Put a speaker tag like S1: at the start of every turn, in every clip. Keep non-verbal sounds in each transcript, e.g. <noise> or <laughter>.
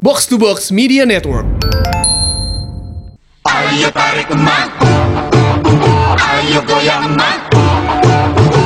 S1: Box to Box Media Network.
S2: Ayo tarik emak Ayo goyang emak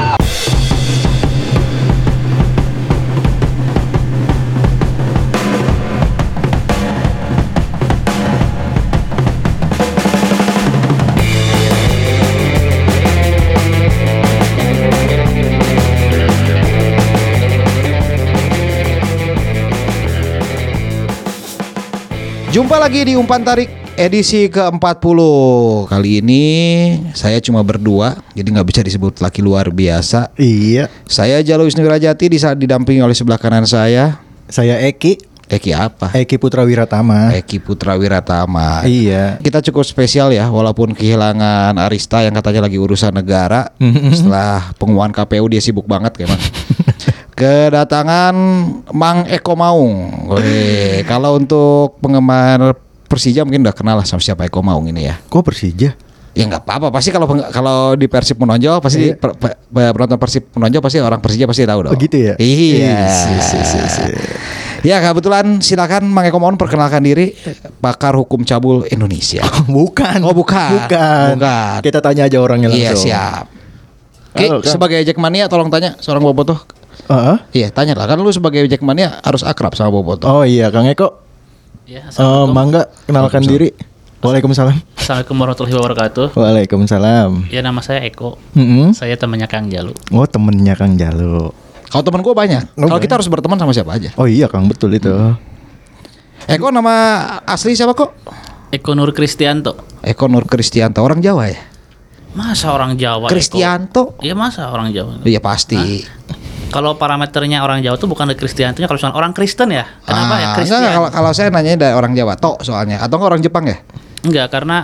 S3: Jumpa lagi di Umpan Tarik edisi ke-40 Kali ini saya cuma berdua Jadi nggak bisa disebut laki luar biasa
S4: Iya,
S3: Saya Jalo Wisnu Wirajati disa- didampingi oleh sebelah kanan saya
S4: saya Eki,
S3: Eki apa?
S4: Eki Putra Wiratama.
S3: Ah. Eki Putra Wiratama
S4: Iya.
S3: Kita cukup spesial ya Walaupun kehilangan Arista yang katanya lagi urusan negara Setelah penguahan KPU dia sibuk banget kayak Kedatangan Mang Eko Maung Weh, Kalau untuk penggemar Persija mungkin udah kenal lah sama siapa Eko Maung ini ya
S4: Kok Persija?
S3: Ya nggak apa-apa pasti kalau peng- kalau di Persib menonjol pasti per- pe- pe- penonton Persib menonjol pasti orang Persija pasti tahu dong.
S4: Oh, gitu ya?
S3: Iya.
S4: Isi, isi, isi, isi.
S3: Ya kebetulan silakan Mang Eko Maun perkenalkan diri pakar hukum cabul Indonesia.
S4: <laughs> Bukan.
S3: Oh, bukan.
S4: Bukan.
S3: Bukan.
S4: Kita tanya aja orangnya
S3: Iya
S4: langsung.
S3: siap. Oke,
S4: Halo, Kang.
S3: sebagai Jackmania tolong tanya seorang Bobotoh.
S4: Heeh.
S3: Iya, tanya lah kan lu sebagai Jackmania harus akrab sama Bobotoh.
S4: Oh iya, Kang Eko. Eh,
S5: Ya, Assalamualaikum.
S4: Mangga kenalkan diri. Waalaikumsalam.
S5: Assalamualaikum warahmatullahi wabarakatuh.
S4: Waalaikumsalam.
S5: Ya nama saya Eko.
S3: Hmm?
S4: Mm-mm.
S5: Saya temannya Kang Jalu.
S4: Oh temennya Kang Jalo.
S3: Kalau teman gua banyak. Kalau
S4: Oh, banyak.
S3: kita harus berteman sama siapa aja.
S4: Oh iya Kang betul itu.
S3: Eko nama asli siapa kok?
S5: Eko Nur Kristianto.
S3: Eko Nur Kristianto orang Jawa ya.
S5: Masa orang Jawa? Eko?
S3: Kristianto.
S5: Iya masa orang Jawa.
S3: Iya pasti.
S5: Kalau parameternya orang Jawa tuh bukan ada Kristiantonya kalau misalnya orang Kristen ya. Kenapa ya
S3: Ah,
S5: Kristian?
S3: enggak, kalau kalau saya nanya dari orang Jawa tok soalnya atau enggak orang Jepang ya?
S5: Enggak karena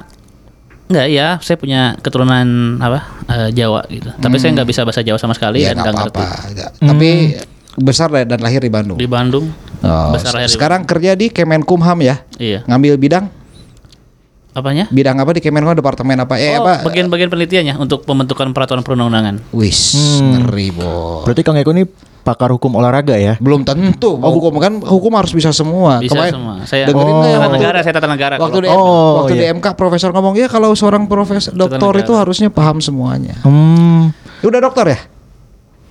S5: Enggak ya, saya punya keturunan apa eh, Jawa gitu. Tapi saya nggak bisa bahasa Jawa sama sekali
S3: Iya Hmm.
S5: dan
S3: enggak
S5: nggak ngerti.
S3: apa-apa. Enggak. Tapi besar dan dan lahir di Bandung.
S5: Di Bandung.
S3: Oh,
S5: besar lahir di-
S3: sekarang kerja di Kemenkumham ya.
S5: Iya.
S3: Ngambil bidang
S5: Apanya?
S3: bidang apa di Kemenkumham departemen apa? Eh
S5: oh,
S3: apa?
S5: bagian-bagian penelitiannya untuk pembentukan peraturan perundang-undangan.
S3: Wis, ngeri, Bo.
S4: Berarti Kang Eko ini pakar hukum olahraga ya?
S3: Belum tentu. hukum kan hukum harus bisa semua.
S5: Bisa
S3: Kemarin
S5: semua. Saya
S3: dengerin
S5: tata
S3: deh waktu-
S5: negara, saya tata negara.
S3: Waktu
S5: kalau-
S3: di,
S4: Oh,
S3: waktu di
S4: iya.
S3: MK profesor ngomong ya kalau seorang profesor doktor
S5: negara.
S3: itu harusnya paham semuanya.
S4: Hmm.
S3: Udah dokter ya?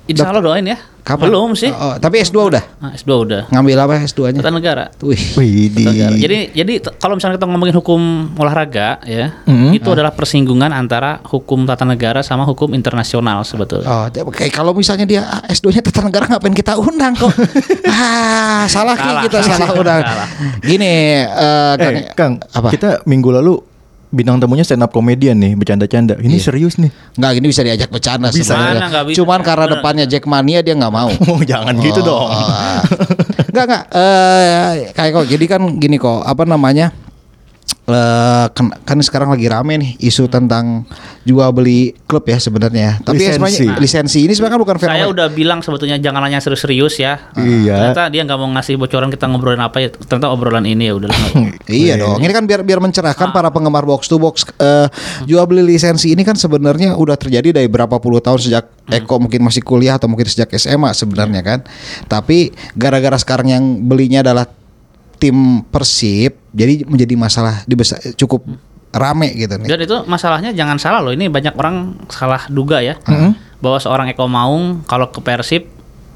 S5: Insya Allah doain ya.
S3: Kapan?
S5: Belum sih.
S3: Oh, oh, tapi S2 udah.
S5: Nah, S2 udah.
S3: Ngambil apa S2-nya?
S5: Tata negara.
S3: Wih.
S4: Widih.
S5: Tata negara. Jadi jadi t- kalau misalnya kita ngomongin hukum olahraga ya,
S4: Mhm.
S5: itu adalah persinggungan antara hukum tata negara sama hukum internasional sebetulnya.
S3: Oh, dia- kayak kalau misalnya dia ah, S2-nya tata negara ngapain kita undang kok? <laughs> ah, salah, Ki,
S5: Salah,
S3: kita salah,
S5: <laughs> salah,
S3: undang.
S5: salah.
S3: Gini, eh, Kang,
S4: Eh, Kang,
S3: apa?
S4: kita minggu lalu bintang tamunya stand up komedian nih, bercanda-canda. Ini
S3: Iya.
S4: serius nih.
S3: Nggak, gini bisa diajak bercanda
S5: Bisa.
S3: sebenarnya.
S5: Mana nggak bisa.
S3: Cuman karena
S5: Bener.
S3: depannya Jackmania dia nggak mau.
S4: Oh, jangan gitu dong.
S3: Ah. Enggak enggak eh kayak kok jadi kan gini kok apa namanya? Eh kan, kan sekarang lagi rame nih isu tentang jual beli klub ya sebenarnya. Tapi ya
S4: Lisensi.
S3: sebenarnya lisensi ini sebenarnya kan bukan
S5: Saya
S3: fenomena.
S5: udah bilang sebetulnya jangan nanya serius-serius ya.
S4: Iya.
S5: Ternyata dia nggak mau ngasih bocoran kita ngobrolin apa ya. Ternyata obrolan ini ya udah.
S3: Iya dong. Ini kan biar biar
S5: Ah.
S3: mencerahkan para penggemar box to box eh,
S5: Hmm.
S3: jual beli lisensi ini kan sebenarnya udah terjadi dari berapa puluh tahun sejak
S5: Hmm.
S3: Eko mungkin masih kuliah atau mungkin sejak SMA sebenarnya
S5: Iya.
S3: kan. Tapi gara-gara sekarang yang belinya adalah tim Persib, jadi menjadi masalah dibesar, cukup rame gitu nih.
S5: Hmm. Dan itu masalahnya jangan salah loh. Ini banyak orang salah duga ya. Bahwa seorang Eko Maung kalau ke Persib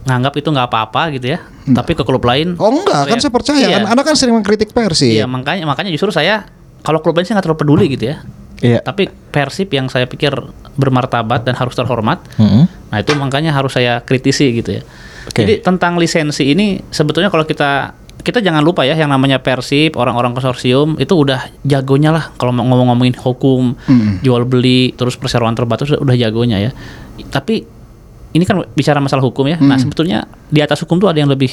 S5: nganggap itu nggak apa-apa gitu ya. Tapi ke klub lain
S3: Oh enggak, kan
S5: Iya.
S3: saya percaya
S5: Iya.
S3: kan. Anda kan sering mengkritik Persib.
S5: Iya makanya makanya justru saya kalau klub lain saya nggak terlalu peduli gitu ya.
S4: Iya.
S5: Tapi Persib yang saya pikir bermartabat dan harus terhormat.
S4: Mm-mm.
S5: Nah itu makanya harus saya kritisi gitu ya.
S4: Oke.
S5: Jadi tentang lisensi ini sebetulnya kalau kita kita jangan lupa ya yang namanya Persib orang-orang konsorsium itu udah jagonya lah kalau mau ngomong-ngomongin hukum jual beli terus perseroan terbatas udah, udah jagonya ya. Tapi ini kan bicara masalah hukum ya.
S3: Mm.
S5: Nah sebetulnya di atas hukum tuh ada yang lebih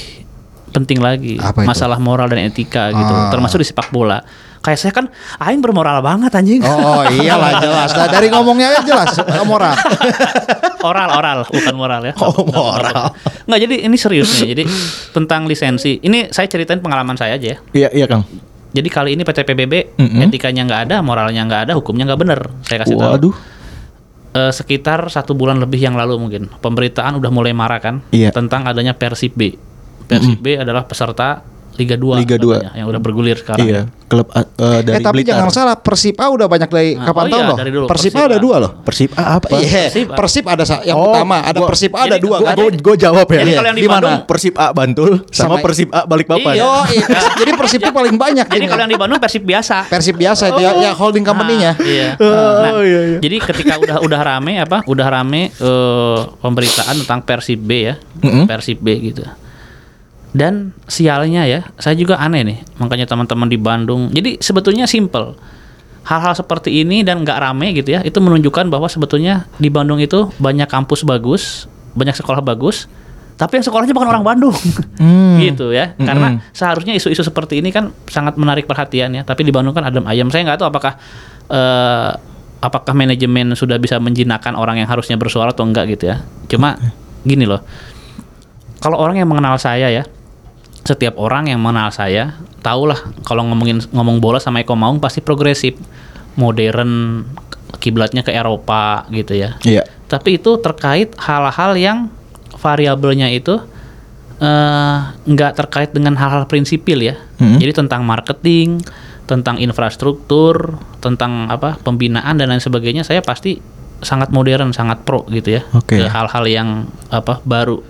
S5: penting lagi
S3: Apa itu?
S5: masalah moral dan etika gitu
S3: Ah.
S5: termasuk di sepak bola kayak saya kan aing bermoral banget anjing
S3: Oh iyalah jelas. Nah, dari ngomongnya aja jelas eh, moral.
S5: oral oral bukan moral ya oh moral nggak jadi ini serius nih jadi tentang lisensi ini saya ceritain pengalaman saya aja ya
S4: Iya, iya Kang.
S5: jadi kali ini PT PBB
S4: Mm-mm.
S5: etikanya nggak ada moralnya nggak ada hukumnya nggak bener saya kasih tahu
S4: Waduh.
S5: Eh, sekitar satu bulan lebih yang lalu mungkin pemberitaan udah mulai marah kan
S4: Iya.
S5: tentang adanya Persib B Persib B adalah peserta Liga 2
S4: Liga dua.
S5: katanya, yang udah bergulir sekarang.
S4: iya, klub eh, dari
S3: eh tapi
S4: Blitar.
S3: jangan salah Persib A udah banyak dari
S5: Nah,
S3: kapan
S5: oh
S3: tahun
S5: iya,
S3: loh.
S5: dari dulu,
S3: Persib A
S5: Persib
S3: ada
S5: A.
S3: dua loh.
S4: Persib ah, apa?
S3: Iya,
S5: Persib A.
S3: Persib ada sa- yang
S4: Oh,
S3: pertama, ada
S4: gua-
S3: Persib A ada
S5: jadi
S3: dua
S5: gua-
S3: kan.
S4: Gue gue jawab ya.
S5: Jadi kalau yang di
S4: Di mana?
S5: Bandung-
S4: Persib A Bantul sama,
S3: Sama-
S4: Persib A Balikpapan.
S5: Iya.
S3: Yo, iya, Persib- jadi Persib itu paling banyak.
S5: Jadi
S3: ini.
S5: kalau yang di Bandung Persib biasa.
S3: Persib biasa itu ya, ya holding company-nya.
S5: Nah, Oh.
S3: <laughs>
S5: iya.
S4: Oh,
S5: Nah,
S4: iya, iya.
S5: Jadi ketika udah udah rame apa? Udah rame eh, pemberitaan tentang Persib B ya.
S4: Mm-mm.
S5: Persib B gitu. Dan sialnya ya, saya juga aneh nih. Makanya teman-teman di Bandung. Jadi sebetulnya simple. Hal-hal seperti ini dan nggak rame gitu ya, itu menunjukkan bahwa sebetulnya di Bandung itu banyak kampus bagus, banyak sekolah bagus, tapi yang sekolahnya bukan orang Bandung. <laughs> gitu ya. Karena
S4: Mm-mm.
S5: seharusnya isu-isu seperti ini kan sangat menarik perhatian ya tapi di Bandung kan adem ayam saya nggak tahu apakah eh, apakah manajemen sudah bisa menjinakkan orang yang harusnya bersuara atau enggak gitu ya cuma gini loh kalau orang yang mengenal saya ya setiap orang yang mengenal saya tahulah kalau ngomongin ngomong bola sama Eko Maung pasti progresif modern kiblatnya ke Eropa gitu ya
S4: Iya.
S5: tapi itu terkait hal-hal yang variabelnya itu eh, nggak terkait dengan hal-hal prinsipil ya.
S4: Hmm.
S5: Jadi tentang marketing, tentang infrastruktur, tentang apa pembinaan dan lain sebagainya, saya pasti sangat modern, sangat pro gitu ya
S4: Oke.
S5: ke hal-hal yang apa baru.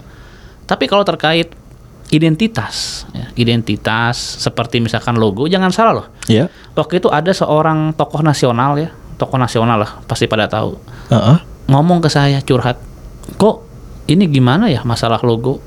S5: Tapi kalau terkait identitas, ya, identitas seperti misalkan logo, jangan salah loh.
S4: Iya.
S5: Waktu itu ada seorang tokoh nasional ya, tokoh nasional lah pasti pada tahu
S4: Heeh.
S5: ngomong ke saya curhat kok ini gimana ya masalah logo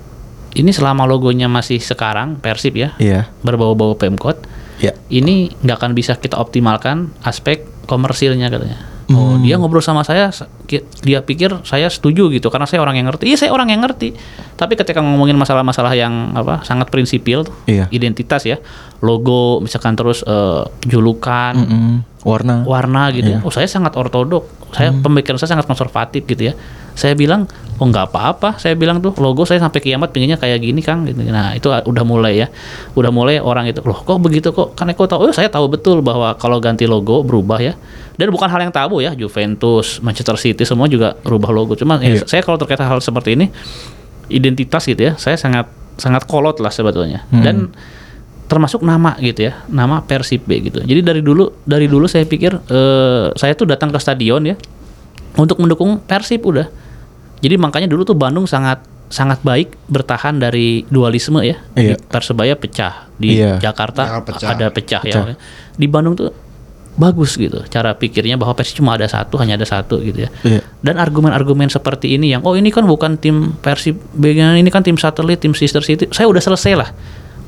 S5: ini selama logonya masih sekarang persib ya
S4: Iya.
S5: berbau-bau pemkot
S4: Iya.
S5: ini nggak akan bisa kita optimalkan aspek komersilnya katanya oh dia ngobrol sama saya s- ki- dia pikir saya setuju gitu karena saya orang yang ngerti iya saya orang yang ngerti tapi ketika ngomongin masalah-masalah yang apa sangat prinsipil
S4: Iya.
S5: identitas ya logo misalkan terus eh, julukan
S4: Mm-mm. Warna. Iya. Hmm.
S5: warna gitu ya. Oh saya sangat ortodok, saya pemikiran saya sangat konservatif gitu ya. Saya bilang oh nggak apa-apa, saya bilang tuh logo saya sampai kiamat pinginnya kayak gini kang. Gitu. Nah itu a- udah mulai ya, udah mulai orang itu loh kok begitu kok kan Eko tahu, oh saya tahu betul bahwa kalau ganti logo berubah ya. Dan bukan hal yang tabu ya, Juventus, Manchester City semua juga rubah logo. Cuma ya,
S4: Iya.
S5: saya kalau terkait hal seperti ini identitas gitu ya, saya sangat sangat kolot lah sebetulnya.
S4: Hmm.
S5: Dan termasuk nama gitu ya nama Persib B gitu jadi dari dulu dari dulu saya pikir eh, saya tuh datang ke stadion ya untuk mendukung Persib udah jadi makanya dulu tuh Bandung sangat sangat baik bertahan dari dualisme ya
S4: Iya.
S5: Di persebaya pecah di
S4: Iya.
S5: Jakarta
S3: Jangan pecah.
S5: ada pecah,
S4: Pecah.
S5: ya di Bandung tuh bagus gitu cara pikirnya bahwa Persib cuma ada satu hanya ada satu gitu ya
S4: Iya.
S5: dan argumen-argumen seperti ini yang oh ini kan bukan tim Persib B, ini kan tim satelit, tim sister city. Saya udah selesai lah.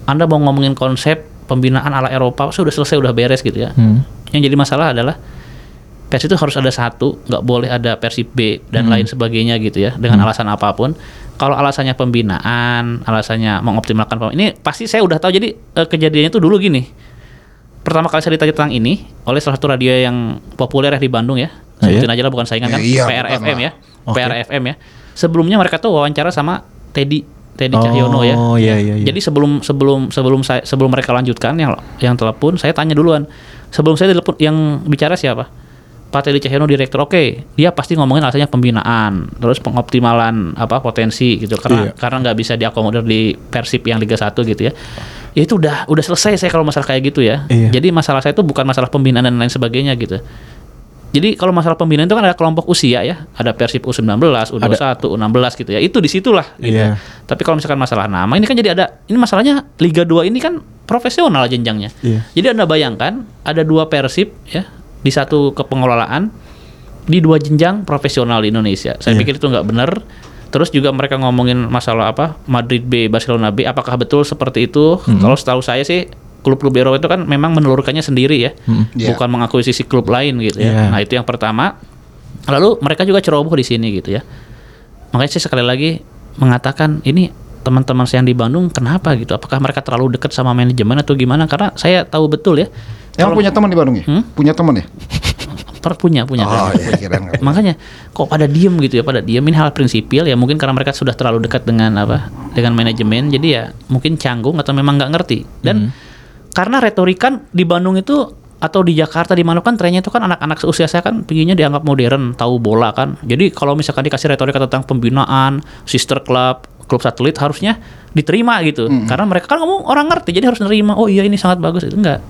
S5: Anda mau ngomongin konsep pembinaan ala Eropa, saya udah selesai, udah beres gitu ya.
S4: Hmm.
S5: Yang jadi masalah adalah Persib itu harus ada satu, nggak boleh ada Persib B dan
S4: Hmm.
S5: lain sebagainya gitu ya, dengan alasan apapun. Kalau alasannya pembinaan, alasannya mengoptimalkan pemain, ini pasti saya udah tahu. Jadi eh, kejadiannya itu dulu gini. Pertama kali saya ditanya tentang ini oleh salah satu radio yang populer ya di Bandung ya,
S4: Ah, iya?
S5: sebutin aja lah bukan saingan kan,
S3: Iya,
S5: PRFM
S3: bukan
S5: ya,
S3: lah.
S4: Oke.
S5: PRFM ya. Sebelumnya mereka tuh wawancara sama Teddy, Teddy
S4: Oh,
S5: Cahyono ya.
S4: iya, iya, iya.
S5: Jadi sebelum sebelum sebelum saya sebelum mereka lanjutkan yang yang telepon saya tanya duluan sebelum saya telepon yang bicara siapa Pak Teddy Cahyono direktur oke dia pasti ngomongin alasannya pembinaan terus pengoptimalan apa potensi gitu karena
S4: Iya.
S5: karena nggak bisa diakomodir di persib yang Liga 1 gitu ya ya itu udah udah selesai saya kalau masalah kayak gitu ya
S4: Iya.
S5: jadi masalah saya itu bukan masalah pembinaan dan lain sebagainya gitu jadi kalau masalah pembinaan itu kan ada kelompok usia ya, ada Persib U19, U21, U16 gitu ya. Itu disitulah gitu.
S4: Iya.
S5: ya. Tapi kalau misalkan masalah nama ini kan jadi ada ini masalahnya Liga 2 ini kan profesional jenjangnya.
S4: Iya.
S5: Jadi Anda bayangkan ada dua Persib ya di satu kepengelolaan di dua jenjang profesional di Indonesia. Saya
S4: Iya.
S5: pikir itu nggak benar. Terus juga mereka ngomongin masalah apa Madrid B, Barcelona B, apakah betul seperti itu?
S4: Hmm.
S5: Kalau setahu saya sih klub-klub Eropa itu kan memang menelurkannya sendiri ya,
S4: Hmm.
S3: Iya.
S5: bukan mengakuisisi klub lain gitu
S4: Iya.
S5: ya. Nah itu yang pertama. Lalu mereka juga ceroboh di sini gitu ya. Makanya saya sekali lagi mengatakan ini teman-teman saya yang di Bandung kenapa gitu? Apakah mereka terlalu dekat sama manajemen atau gimana? Karena saya tahu betul ya.
S3: Emang punya teman di Bandung ya?
S5: Hmm?
S3: Punya teman ya?
S5: per punya punya. kan?
S3: Oh,
S5: punya.
S3: iya, kirain nggak punya.
S5: Eh, Makanya kok pada diem gitu ya, pada diem ini hal prinsipil ya mungkin karena mereka sudah terlalu dekat dengan apa? dengan manajemen. Jadi ya mungkin canggung atau memang nggak ngerti. Dan karena retorikan di Bandung itu atau di Jakarta di mana kan trennya itu kan anak-anak seusia saya kan pinginnya dianggap modern, tahu bola kan. Jadi kalau misalkan dikasih retorika tentang pembinaan, sister club, klub satelit harusnya diterima gitu. Karena mereka kan ngomong orang ngerti jadi harus nerima. Oh iya ini sangat bagus itu enggak.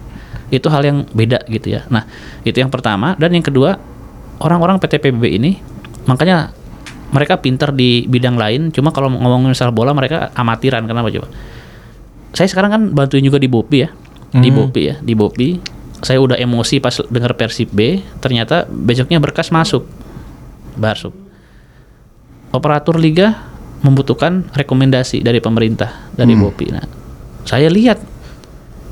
S5: Itu hal yang beda gitu ya. Nah, itu yang pertama dan yang kedua orang-orang PT PBB ini makanya mereka pinter di bidang lain, cuma kalau ngomongin soal bola mereka amatiran. Kenapa coba? Saya sekarang kan bantuin juga di Bopi ya. Di Bopi ya, di Bopi. Saya udah emosi pas denger Persib B, ternyata besoknya berkas masuk. Barsuk operator liga membutuhkan rekomendasi dari pemerintah dari Bopi. Nah, saya lihat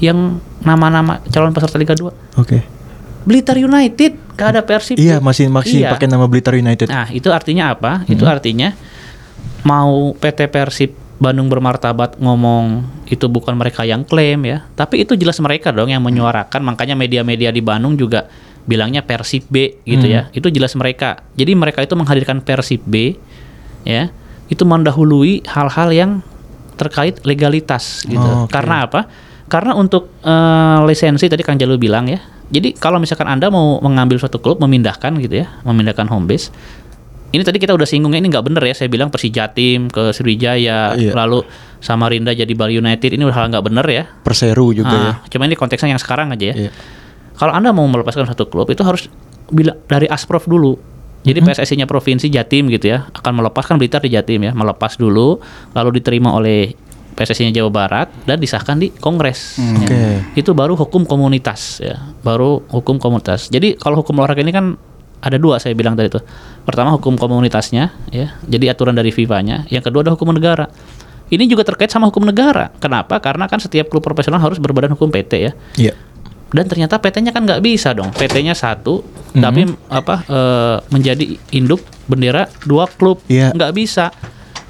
S5: yang nama-nama calon peserta Liga 2
S4: Oke.
S5: Blitar United gak ada Persib.
S4: Iya masih masih
S5: Iya.
S4: pakai nama Blitar United. Hmm.
S5: Nah, itu artinya apa? Itu artinya mau PT Persib Bandung bermartabat ngomong itu bukan mereka yang klaim ya, tapi itu jelas mereka dong
S4: Hmm.
S5: yang menyuarakan. Makanya media-media di Bandung juga bilangnya Persib B gitu
S4: Hmm.
S5: ya. Itu jelas mereka. Jadi mereka itu menghadirkan Persib B ya. Itu mendahului hal-hal yang terkait legalitas gitu.
S4: Oh, oke.
S5: Karena apa? Karena untuk eh, lisensi tadi Kang Jalu bilang ya. Jadi kalau misalkan Anda mau mengambil suatu klub memindahkan gitu ya, memindahkan home base. Ini tadi kita udah singgungnya ini nggak bener ya. Saya bilang Persijatim ke Sriwijaya,
S4: Iya.
S5: lalu Samarinda jadi Bali United ini udah hal nggak bener ya.
S4: Perseru juga
S5: Ah,
S4: ya.
S5: Cuma ini konteksnya yang sekarang aja ya.
S4: Iya.
S5: Kalau Anda mau melepaskan satu klub itu harus bila dari asprov dulu. Jadi
S4: Mm-hmm.
S5: PSSI-nya provinsi Jatim gitu ya akan melepaskan Blitar di Jatim ya, melepas dulu lalu diterima oleh PSSI-nya Jawa Barat dan disahkan di kongres. ya.
S4: Oke.
S5: Itu baru hukum komunitas ya, baru hukum komunitas. Jadi kalau hukum olahraga ini kan ada dua saya bilang tadi tuh. Pertama hukum komunitasnya ya, jadi aturan dari FIFA-nya. Yang kedua ada hukum negara. Ini juga terkait sama hukum negara. Kenapa? Karena kan setiap klub profesional harus berbadan hukum PT ya
S4: Iya.
S5: dan ternyata PT-nya kan nggak bisa dong PT-nya satu
S4: Mhm.
S5: tapi apa eh, menjadi induk bendera dua klub
S4: Iya.
S5: nggak bisa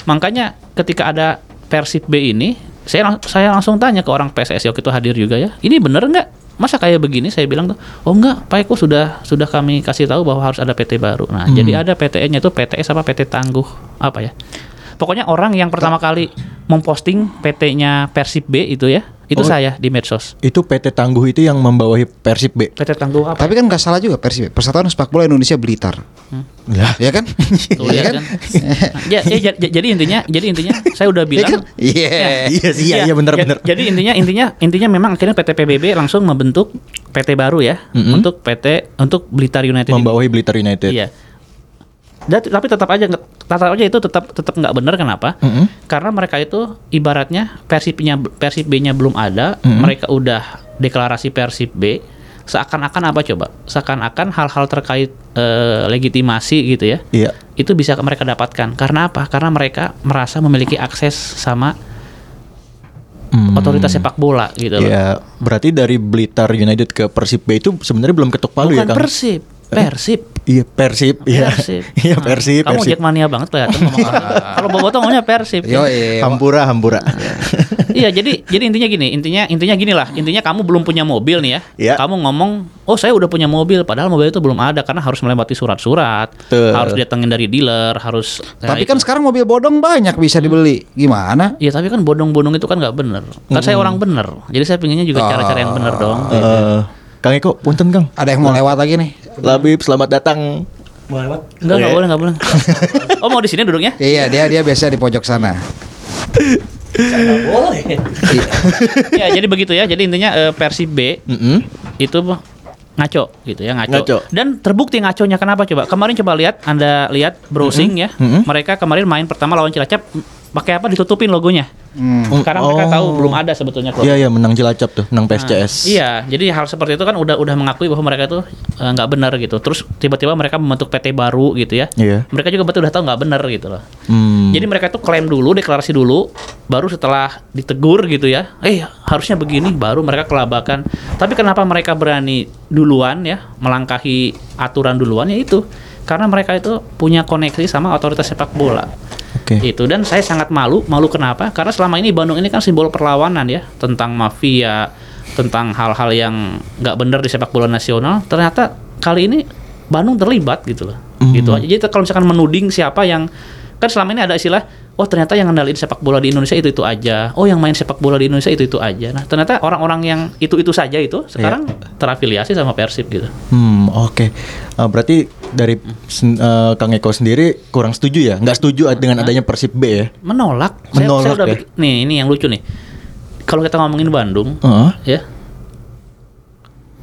S5: makanya ketika ada Persib B ini saya lang- saya langsung tanya ke orang PSSI waktu itu hadir juga ya ini bener nggak masa kayak begini saya bilang tuh oh nggak Pak Eko sudah sudah kami kasih tahu bahwa harus ada PT baru nah
S4: Mhm.
S5: jadi ada PTN-nya itu PTS apa PT Tangguh apa ya pokoknya orang yang pertama kali memposting PT-nya Persib B itu ya itu
S4: Oh.
S5: saya di medsos
S4: Itu PT Tangguh itu yang membawahi Persib B.
S5: PT Tangguh apa
S3: Tapi kan nggak salah juga Persib Persatuan Sepak Bola Indonesia Blitar.
S5: <laughs>
S4: Lah.
S3: Ya kan? Iya
S5: Tuh, lihat
S3: <laughs>
S5: kan? Nah, <laughs> ya, ya, ja- ja- jadi intinya, jadi intinya saya
S4: <laughs>
S5: udah
S3: kan?
S5: bilang.
S3: Iya.
S4: Iya sih, Ya iya, iya, benar,
S5: ja-
S4: benar.
S5: Jadi intinya, intinya, intinya memang akhirnya PT PBB langsung membentuk PT baru ya, untuk PT untuk Blitar United. ini.
S4: Membawahi Blitar United.
S5: Iya. Dan- tapi tetap aja, nggak- tetap aja itu tetap tetap nggak benar kenapa?
S4: Mm-mm.
S5: Karena mereka itu ibaratnya persipnya persib B-nya belum ada, mereka udah deklarasi persib B. Seakan-akan apa coba? Seakan-akan hal-hal terkait eh, legitimasi gitu ya
S4: Iya.
S5: itu bisa mereka dapatkan karena apa karena mereka merasa memiliki akses sama
S4: Hmm.
S5: otoritas sepak bola gitu loh
S4: Ya, berarti dari Blitar United ke Persib B itu sebenarnya belum ketuk palu ya,
S5: bukan
S4: Kang?
S5: persib persib
S4: Iya, Persib. Iya.
S5: Persib.
S4: <laughs> Iya,
S5: Nah,
S4: Persib,
S5: Kamu
S4: Persib.
S5: Jackmania banget kelihatan ngomong apa.
S4: <laughs>
S5: Kalau Boboto ngomongnya Persib.
S3: Yo, iya.
S4: Hampura, hampura.
S5: iya, jadi jadi intinya gini, intinya intinya gini lah. Intinya kamu belum punya mobil nih ya.
S4: Iya.
S5: Kamu ngomong, "Oh, saya udah punya mobil." Padahal mobil itu belum ada karena harus melewati surat-surat,
S4: Betul.
S5: harus datengin dari dealer, harus ya,
S3: Tapi
S5: itu.
S3: kan sekarang mobil bodong banyak
S5: Hmm.
S3: bisa dibeli. Gimana?
S5: Iya tapi kan bodong-bodong itu kan nggak bener. Kan saya orang bener, jadi saya pinginnya juga
S4: Ah.
S5: cara-cara yang bener dong. gitu.
S4: <laughs> Eh, Kang Eko, punten Kang.
S3: Ada
S5: Nah.
S3: yang mau lewat lagi nih.
S4: Labib, selamat datang.
S5: Enggak, enggak boleh, enggak boleh. oh, mau di sini
S4: <laughs>
S5: duduknya?
S3: Iya, dia dia biasa di pojok
S5: <laughs>
S3: sana. Iya.
S5: ya, jadi begitu ya. Jadi intinya eh, Persib B
S4: Mm-mm.
S5: itu ngaco gitu ya, ngaco.
S4: Ngaco.
S5: Dan terbukti ngaconya kenapa coba? Kemarin coba lihat Anda lihat browsing ya.
S4: Mm-mm.
S5: Mereka kemarin main pertama lawan Cilacap m- pakai apa ditutupin logonya.
S3: Hmm.
S4: Mm,
S5: Karena mereka
S4: oh.
S5: tahu belum ada sebetulnya klub.
S4: Iya, iya, menang Cilacap tuh, menang PSCS.
S5: Iya, jadi hal seperti itu kan udah udah mengakui bahwa mereka itu eh, nggak benar gitu. Terus tiba-tiba mereka membentuk PT baru gitu ya.
S4: Iya.
S5: Mereka juga betul udah tahu nggak benar gitu loh.
S4: Hmm.
S5: Jadi mereka tuh klaim dulu, deklarasi dulu, baru setelah ditegur gitu ya, eh harusnya begini, baru mereka kelabakan. Tapi kenapa mereka berani duluan ya, melangkahi aturan duluan ya itu, karena mereka itu punya koneksi sama otoritas sepak bola.
S4: Oke.
S5: Itu Gitu. dan saya sangat malu, malu kenapa? Karena selama ini Bandung ini kan simbol perlawanan ya, tentang mafia, tentang hal-hal yang nggak benar di sepak bola nasional. Ternyata kali ini Bandung terlibat gitu loh,
S4: Hmm.
S5: gitu aja. Jadi kalau misalkan menuding siapa yang kan selama ini ada istilah oh ternyata yang ngendaliin sepak bola di Indonesia itu itu aja oh yang main sepak bola di Indonesia itu itu aja nah ternyata orang-orang yang
S4: Iya.
S5: itu itu saja itu sekarang terafiliasi sama Persib gitu
S4: Hmm, oke. Eh, berarti dari sen- eh, Kang Eko sendiri kurang setuju ya? Nggak setuju dengan adanya Persib B ya?
S5: menolak. Saya-
S4: Menolak
S5: saya udah
S4: ya?
S5: bikin- nih ini yang lucu nih. Kalau kita ngomongin Bandung,
S4: Heeh.
S5: ya.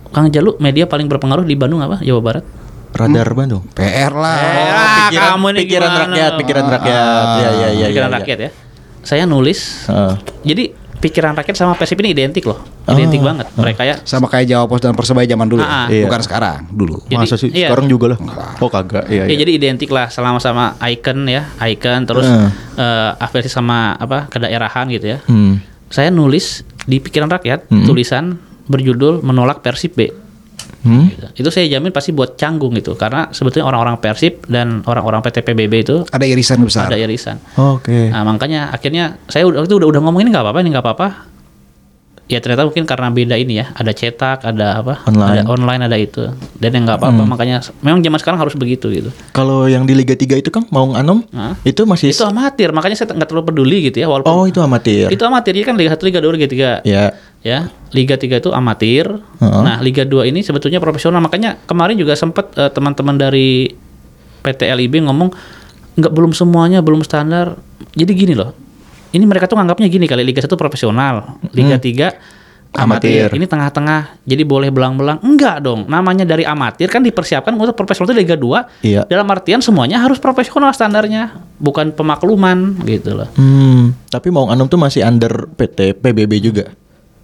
S5: Kang Jalu media paling berpengaruh di Bandung apa? Jawa Barat.
S4: Radar Bandung.
S3: PR lah.
S5: ah,
S4: Oh, pikiran,
S5: kamu ini
S4: pikiran
S5: gimana? Ah,
S4: rakyat, pikiran rakyat. Ya ya ya.
S5: pikiran
S4: ya, ya.
S5: rakyat ya. Saya nulis.
S4: Heeh.
S5: Jadi pikiran rakyat sama Persib ini identik loh. Identik
S4: Ah.
S5: banget. Mereka ya
S3: Sama kayak Jawa Pos dan Persebaya zaman dulu,
S5: Ah, ah.
S3: ya?
S4: Iya.
S3: bukan sekarang, dulu.
S5: Jadi,
S4: Masa sih
S5: iya.
S4: sekarang juga lah. Oh kagak. Iya
S5: Ya,
S4: iya.
S5: jadi identik lah selama sama icon ya, icon terus
S4: Eh.
S5: eh, afiliasi sama apa kedaerahan gitu ya.
S4: Hmm.
S5: Saya nulis di pikiran rakyat tulisan berjudul menolak Persib B.
S4: Hmm.
S5: Gitu. Itu saya jamin pasti buat canggung gitu karena sebetulnya orang-orang Persib dan orang-orang PT PBB itu
S3: Ada irisan besar.
S5: ada iya. irisan.
S4: Oke.
S5: Nah, makanya akhirnya saya udah itu udah udah ngomong ini nggak apa-apa ini nggak apa-apa. Ya ternyata mungkin karena beda ini ya, ada cetak, ada apa,
S4: Online. Hmm.
S5: ada online, ada itu, dan yang nggak apa-apa. Makanya memang zaman sekarang harus begitu gitu.
S4: Kalau yang di Liga 3 itu Kang Maung Anom
S5: Hah?
S4: itu masih
S5: Itu amatir, makanya saya nggak terlalu peduli gitu ya walaupun
S4: Oh, itu amatir.
S5: itu amatir ya kan Liga 1, Liga 2, Liga 3.
S4: Ya.
S5: Ya, Liga 3 itu amatir.
S4: Heeh.
S5: Nah, Liga 2 ini sebetulnya profesional. Makanya kemarin juga sempat eh, teman-teman dari PT LIB ngomong nggak belum semuanya belum standar. Jadi gini loh. Ini mereka tuh nganggapnya gini kali Liga 1 profesional, Liga 3 amatir.
S4: Amatir.
S5: Ini tengah-tengah. Jadi boleh belang-belang. Enggak dong. Namanya dari amatir kan dipersiapkan untuk profesional itu Liga 2.
S4: Iya.
S5: Dalam artian semuanya harus profesional standarnya, bukan pemakluman gitu loh.
S4: Hmm, tapi Maung Anom tuh masih under PT PBB juga.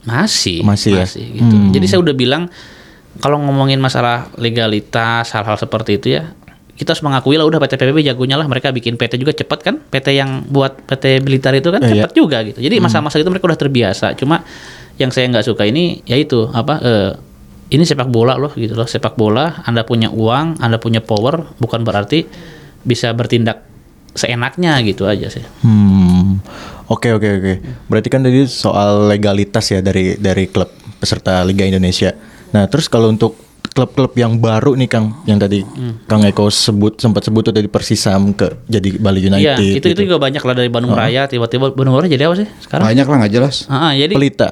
S5: Masih,
S4: Masih ya?
S5: gitu. Jadi saya udah bilang kalau ngomongin masalah legalitas hal-hal seperti itu ya kita harus mengakui lah udah PT PBB jagonya lah mereka bikin PT juga cepat kan PT yang buat PT militer itu kan
S4: Eh,
S5: cepat juga gitu jadi masa-masa itu mereka udah terbiasa cuma yang saya nggak suka ini yaitu apa eh, ini sepak bola loh gitu loh sepak bola anda punya uang anda punya power bukan berarti bisa bertindak seenaknya gitu aja sih
S4: Hmm. Oke, oke, oke. Berarti kan tadi soal legalitas ya dari dari klub peserta Liga Indonesia. Nah, terus kalau untuk klub-klub yang baru nih Kang, yang tadi
S5: Hmm.
S4: Kang Eko sebut sempat sebut tuh dari Persisam ke jadi Bali United.
S5: Iya,
S4: gitu.
S5: itu itu juga banyak lah dari Bandung Raya tiba-tiba Bandung Raya jadi apa sih sekarang? Iya.
S3: Banyak lah nggak jelas.
S5: Ah, ah, jadi
S4: Pelita.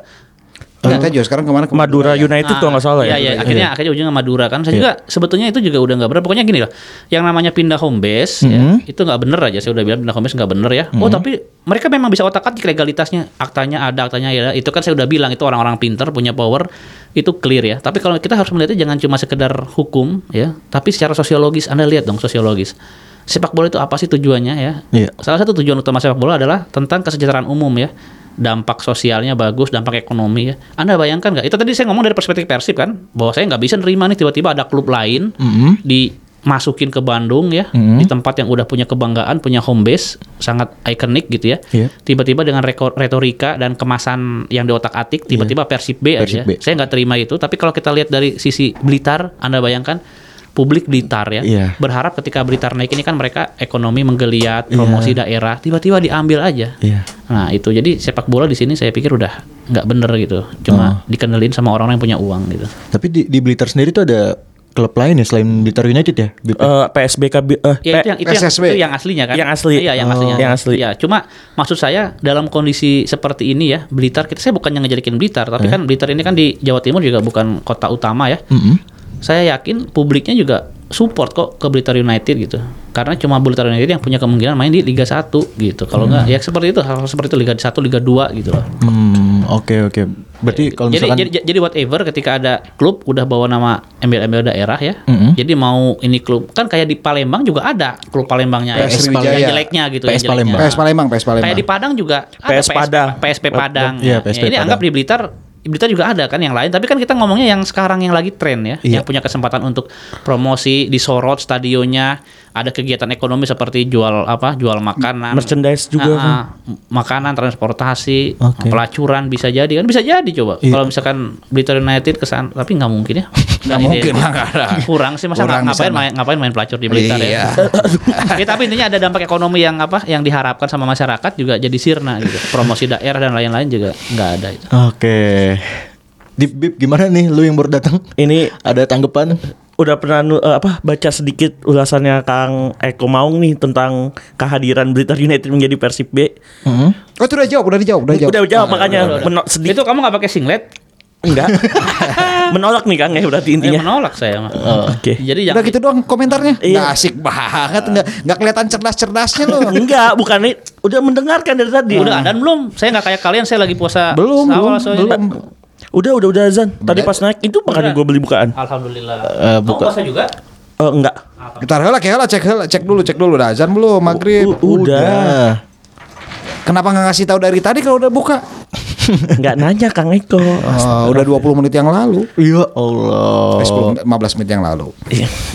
S3: Ternyata juga sekarang kemana? Ke
S1: Madura United tuh nggak salah ya. Iya.
S5: Iya, akhirnya akhirnya ujungnya Madura kan. Saya juga sebetulnya itu juga udah nggak benar. Pokoknya gini loh, yang namanya pindah home base ya,
S1: Mm-hmm.
S5: itu nggak bener aja. Saya udah bilang pindah home base nggak bener ya. Oh tapi mereka memang bisa otak atik legalitasnya, aktanya ada, aktanya ada. Itu kan saya udah bilang itu orang-orang pintar punya power itu clear ya. Tapi kalau kita harus melihatnya jangan cuma sekedar hukum ya, tapi secara sosiologis Anda lihat dong sosiologis. Sepak bola itu apa sih tujuannya ya?
S4: Iya.
S5: Salah satu tujuan utama sepak bola adalah tentang kesejahteraan umum ya. Dampak sosialnya bagus, dampak ekonomi ya. Anda bayangkan nggak? Itu tadi saya ngomong dari perspektif Persib kan, bahwa saya nggak bisa nerima nih tiba-tiba ada klub lain dimasukin ke Bandung ya, di tempat yang udah punya kebanggaan, punya home base, sangat ikonik gitu ya.
S4: Iya.
S5: Tiba-tiba dengan reko- retorika dan kemasan yang di otak atik, tiba-tiba Persib B aja.
S4: Iya. Persib B.
S5: Saya nggak terima itu. Tapi kalau kita lihat dari sisi Blitar, Anda bayangkan publik Blitar ya
S4: Iya.
S5: berharap ketika Blitar naik ini kan mereka ekonomi menggeliat, promosi daerah, tiba-tiba diambil aja.
S4: Iya.
S5: Nah itu jadi sepak bola di sini saya pikir udah nggak bener gitu,
S4: Oh.
S5: cuma dikenalin sama orang-orang yang punya uang gitu.
S4: Tapi di, di Blitar sendiri tuh ada klub lain ya selain Blitar United ya? Blitar.
S1: Eh, PSBK bi- eh,
S5: Ya
S1: P-
S5: itu yang itu yang,
S3: PSSB.
S5: itu yang aslinya kan?
S1: Yang asli.
S5: Iya yang
S1: Oh.
S5: aslinya.
S1: Yang asli.
S5: Iya cuma maksud saya dalam kondisi seperti ini ya Blitar kita saya bukannya ngejadikan Blitar,
S1: Eh.
S5: tapi kan Blitar ini kan di Jawa Timur juga bukan kota utama ya.
S1: Hmm.
S4: Mm-mm.
S5: saya yakin publiknya juga support kok ke Blitar United gitu. Karena cuma Blitar United yang punya kemungkinan main di Liga 1 gitu. Kalau nggak
S1: Hmm.
S5: ya seperti itu hal-hal seperti itu Liga 1, Liga 2 gitu loh.
S4: Hmm, oke oke. Berarti kalau
S5: Iya, Jadi,
S4: misalkan
S5: jadi jadi whatever ketika ada klub udah bawa nama embel-embel daerah ya.
S4: Mm-mm.
S5: Jadi mau ini klub kan kayak di Palembang juga ada klub Palembangnya ya.
S3: PS
S5: yang
S3: Sriwijaya.
S5: jeleknya gitu
S4: PS
S5: yang jeleknya.
S4: Palembang.
S3: PS Palembang, PS Palembang.
S5: Kayak di Padang juga
S1: PS Padang.
S5: PSP Padang.
S4: Iya,
S5: Ya,
S4: PSP
S5: ini
S4: Padang.
S5: anggap di Blitar di Blitar juga ada kan yang lain, tapi kan kita ngomongnya yang sekarang yang lagi tren ya,
S4: Iya.
S5: yang punya kesempatan untuk promosi, disorot stadionnya, ada kegiatan ekonomi seperti jual apa, jual makanan,
S1: merchandise
S5: Ah,
S1: juga kan.
S5: ah, m- makanan, transportasi,
S4: Oke.
S5: pelacuran bisa jadi kan bisa jadi coba.
S4: Iya.
S5: Kalau misalkan Blitar United kesan, tapi nggak mungkin ya. Nggak
S3: mungkin lah, nggak ada.
S5: Kurang sih masa
S3: Kurang di
S5: ngapain
S3: sana.
S5: main, ngapain main pelacur di Blitar
S3: Iya.
S5: ya. <laughs> ya tapi intinya ada dampak ekonomi yang apa yang diharapkan sama masyarakat juga jadi sirna gitu promosi daerah dan lain-lain juga nggak ada itu
S4: Oke. Di Bib gimana nih lu yang baru datang? <laughs>
S1: Ini
S4: Ada tanggapan?
S1: udah pernah nu- eh, apa baca sedikit ulasannya Kang Eko Maung nih tentang kehadiran Blitar United menjadi Persib B.
S3: Oh, itu udah jawab, udah dijawab, udah dijawab.
S1: Udah jawab makanya
S5: Ah, Udah, udah.
S1: menolak sedikit.
S5: itu kamu nggak pakai singlet <laughs>
S1: Enggak. menolak nih Kang ya berarti
S5: Ini
S1: intinya.
S5: menolak saya mah.
S1: Oke.
S5: Jadi
S3: Iya. Oh, Udah
S5: jangan
S3: gitu doang komentarnya.
S1: Iya.
S3: Nggak asik banget, nggak nggak kelihatan cerdas-cerdasnya
S5: <laughs>
S3: lu.
S5: Iya.
S1: Enggak, bukan nih. Udah mendengarkan dari tadi.
S5: udah dan belum. Saya nggak kayak kalian, saya lagi puasa
S3: Belum,
S5: sawal
S3: belum,
S5: soalnya.
S3: belum.
S1: Udah, udah, udah azan. Tadi pas naik itu makanya
S5: Udah.
S1: gue beli bukaan.
S5: Alhamdulillah.
S4: Eh,
S5: Kamu
S4: buka-
S5: puasa juga?
S1: Eh, enggak.
S3: Bentar heula heula cek heula cek dulu cek dulu udah azan belum maghrib.
S1: U- udah.
S3: Kenapa nggak ngasih tahu dari tadi kalau udah buka?
S1: Enggak nanya Kang Eko.
S3: Oh, udah 20 menit yang lalu.
S4: Ya Allah.
S5: Oh.
S3: Eh, 10 menit, 15 menit yang lalu.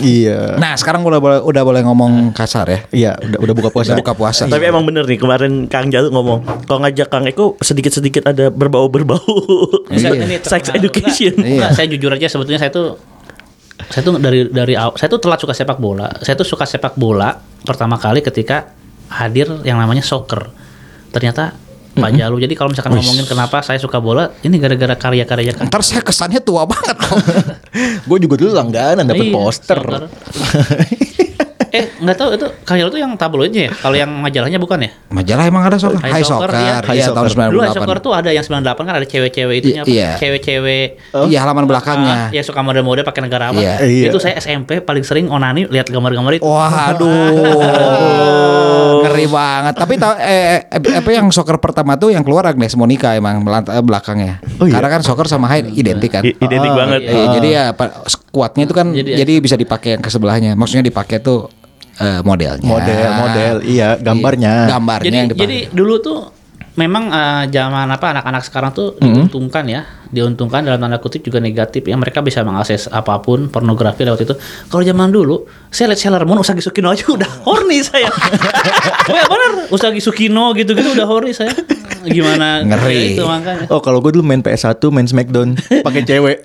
S4: Iya.
S3: Nah, sekarang udah boleh udah boleh ngomong kasar ya.
S4: Iya, udah, udah buka puasa.
S3: Udah buka puasa. Iya.
S1: Tapi emang bener nih kemarin Kang Jalu ngomong kalau ngajak Kang Eko sedikit-sedikit ada berbau-berbau
S3: Iya.
S1: sex
S5: terpengaruh. Enggak,
S1: education.
S5: enggak,
S3: Iya.
S5: Nah, saya jujur aja sebetulnya saya tuh saya tuh dari dari aw- saya tuh telat suka sepak bola. Saya tuh suka sepak bola pertama kali ketika hadir yang namanya soccer. Ternyata Pak Jalu. Jadi kalau misalkan ngomongin kenapa saya suka bola, ini gara-gara karya-karya Kang.
S3: Ntar saya kesannya tua banget kok.
S4: Gue juga dulu langganan dapat
S5: Iya,
S4: poster.
S5: soccer. eh, nggak tahu itu karya lu tuh yang tabloidnya ya? Kalau yang majalahnya bukan ya?
S3: <laughs> Majalah emang ada soccer. Hai soccer.
S5: iya.
S3: Iya, tahun
S5: Dulu High Soccer
S3: 98.
S5: tuh ada yang 98 kan ada cewek-cewek itunya apa?
S3: Iya.
S5: Cewek-cewek
S3: Iya, halaman belakangnya.
S5: Ah, ya suka mode-mode pakai negara apa.
S3: Iya. Oh,
S4: Iya.
S5: Itu saya SMP paling sering onani lihat gambar-gambar itu.
S3: Waduh, ngeri banget. Tapi tahu eh, eh, apa yang soccer pertama tuh yang keluar Agnes Monica emang melant- eh, belakangnya.
S5: Oh, iya?
S3: Karena kan soccer sama Hyde identik kan.
S1: I-
S5: Ah,
S1: Identik banget.
S3: Eh, Jadi ya pa- squadnya itu kan jadi, bisa dipakai yang ke sebelahnya. Maksudnya dipakai tuh eh, modelnya.
S1: Ya.
S4: Model, model. Iya, gambarnya.
S3: Gambarnya
S5: Jadi
S3: yang dipakai.
S5: jadi dulu tuh memang eh, zaman apa anak-anak sekarang tuh
S3: Mm-hmm.
S5: diuntungkan ya, diuntungkan dalam tanda kutip juga negatif ya mereka bisa mengakses apapun pornografi lewat itu. Kalau zaman dulu, saya lihat Sailor Moon Usagi Tsukino aja <laughs> udah horny
S3: <laughs>
S5: saya. Wah, benar, Usagi Tsukino gitu-gitu udah horny saya. Gimana
S3: Ngeri.
S5: itu makanya.
S4: Oh, kalau gue dulu main PS1, main Smackdown pakai
S1: <laughs>
S4: cewek.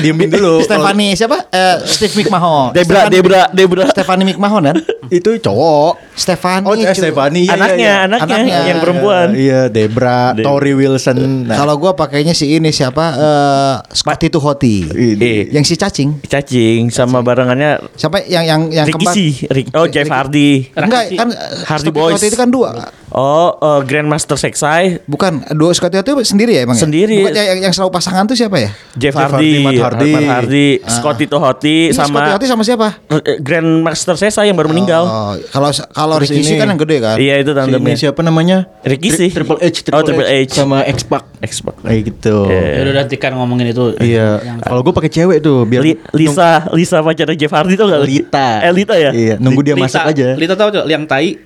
S4: Diemin dulu. Kalau-
S3: Stephanie siapa? Eh, Steve McMahon.
S1: Debra,
S3: Stephanie-
S1: Debra, Debra.
S3: Stephanie McMahon kan?
S4: Oh, Itu cowok.
S3: Stephanie.
S4: Oh, eh,
S3: cuy.
S4: Stephanie. iya, iya,
S1: Anaknya,
S4: iya.
S1: anaknya,
S3: Anaknya.
S1: yang perempuan.
S4: Iya, Debra,
S1: Debra.
S4: Tori Wilson. Nah,
S3: Kalau gua pakainya si ini siapa? Eh, Scotty Tuhoti.
S4: ini.
S1: Eh,
S3: Yang si cacing.
S1: cacing sama barengannya
S3: Siapa yang yang yang
S1: Ricky
S3: kembar?
S1: C. Rick- oh, Jeff Hardy.
S3: Enggak,
S5: Raksi.
S3: kan Hardy
S1: Hardy
S3: Boys.
S1: Boys.
S3: itu kan dua.
S1: Oh, eh, Grandmaster Sexai,
S3: Bukan, dua Scotty Hottie itu sendiri ya emang ya?
S1: Sendiri.
S3: Bukan yang, yang selalu pasangan tuh siapa ya?
S1: Jeff,
S4: Jeff
S1: Hardy,
S4: Hardy, Matt Hardy.
S1: Matt Hardy, Scotty Tohoti
S3: Ini Scotty
S1: sama
S3: Hottie sama siapa?
S1: eh, Grandmaster Sexai yang baru meninggal.
S3: Oh, kalau kalau
S4: Terus
S3: Ricky C
S4: ini.
S3: kan yang gede kan?
S1: Iya,
S4: Si
S1: itu
S4: ini
S1: tandemnya.
S4: siapa namanya?
S1: Ricky
S4: Tri-
S1: sih.
S4: Triple H,
S1: Oh, Triple H. Eh.
S4: sama X-Pac.
S1: Expert.
S4: Kayak gitu.
S5: Ya udah nantikan ngomongin itu.
S4: Iya. Kalau gue pakai cewek tuh biar
S1: Li- Lisa, Lisa pacarnya Jeff Hardy tuh enggak?
S4: Lita.
S1: Eh, Lita ya?
S4: Iya, nunggu dia masak aja.
S5: Lita tahu tuh liang tai.
S4: <laughs>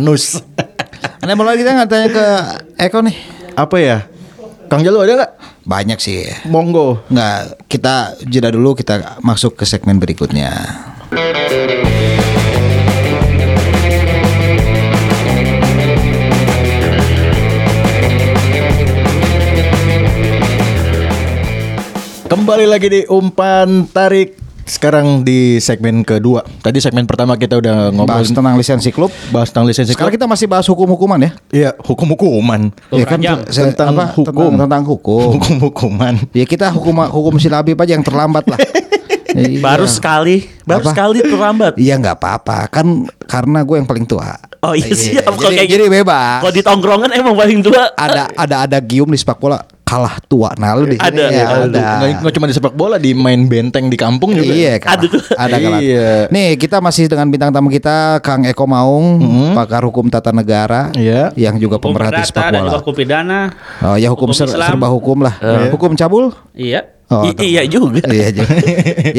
S4: Anus.
S3: Anda mau lagi kita nggak tanya ke Eko nih?
S4: Apa ya? Kang Jalu ada nggak?
S3: Banyak sih.
S4: Monggo.
S3: Nggak, kita jeda dulu kita masuk ke segmen berikutnya.
S4: Kembali lagi di umpan tarik sekarang di segmen kedua. Tadi segmen pertama kita
S3: Bahas
S4: udah ngomongin
S3: tentang lisensi klub.
S4: bahas tentang lisensi.
S3: Sekarang kita masih bahas hukum-hukuman ya?
S4: Iya, hukum-hukuman.
S3: Ya kan
S5: Ranjang.
S3: se-
S4: Tentang
S3: apa,
S4: hukum.
S3: tentang, tentang hukum.
S4: Hukum-hukuman.
S3: Ya kita hukum hukum si Labib aja yang terlambat
S4: <laughs>
S3: lah. Iya.
S1: Baru sekali, baru
S3: Apa?
S1: sekali terlambat.
S3: Iya nggak apa-apa kan karena gue yang paling tua.
S1: Oh iya, siap kalau
S3: Jadi,
S1: kayak
S3: jadi
S1: gitu.
S3: bebas. Ah.
S1: Kalau di tongkrongan emang paling tua.
S3: Ada ada ada gium di sepak bola kalah tua. Nah lu di sini
S1: Ada,
S3: ya, ada.
S1: ada.
S4: Nggak- Nggak cuma di sepak bola, di main benteng di kampung juga.
S3: Iya, kalah.
S1: Ada tuh.
S3: ada kalah.
S4: Iya.
S3: Nih kita masih dengan bintang tamu kita Kang Eko Maung, pakar hukum tata negara,
S4: Iya.
S3: yang juga
S5: Hukum
S3: pemerhati
S5: perdata
S3: sepak
S5: dan juga
S3: bola.
S5: hukum pidana.
S1: Ah.
S3: Oh, ya hukum,
S5: hukum
S3: ser-
S5: Islam.
S3: serba hukum lah. Hukum cabul?
S5: Iya.
S3: Oh,
S1: I- iya juga.
S3: Iya juga. <laughs>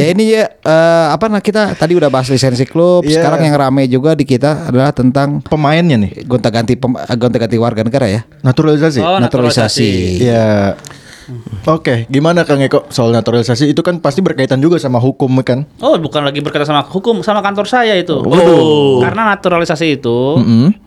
S3: ya ini ya eh, apa nah kita tadi udah bahas lisensi klub.
S4: Iya.
S3: Sekarang yang rame juga di kita adalah tentang
S4: Pemainnya nih,
S3: gonta-ganti pem- gonta-ganti warga negara ya.
S4: naturalisasi.
S5: Oh,
S3: naturalisasi.
S4: Iya. Oke, gimana Kang Eko soal naturalisasi itu kan pasti berkaitan juga sama hukum kan?
S5: Oh, bukan lagi berkaitan sama hukum, sama kantor saya itu.
S1: Oh,
S5: Oh.
S1: Waduh.
S5: Karena naturalisasi itu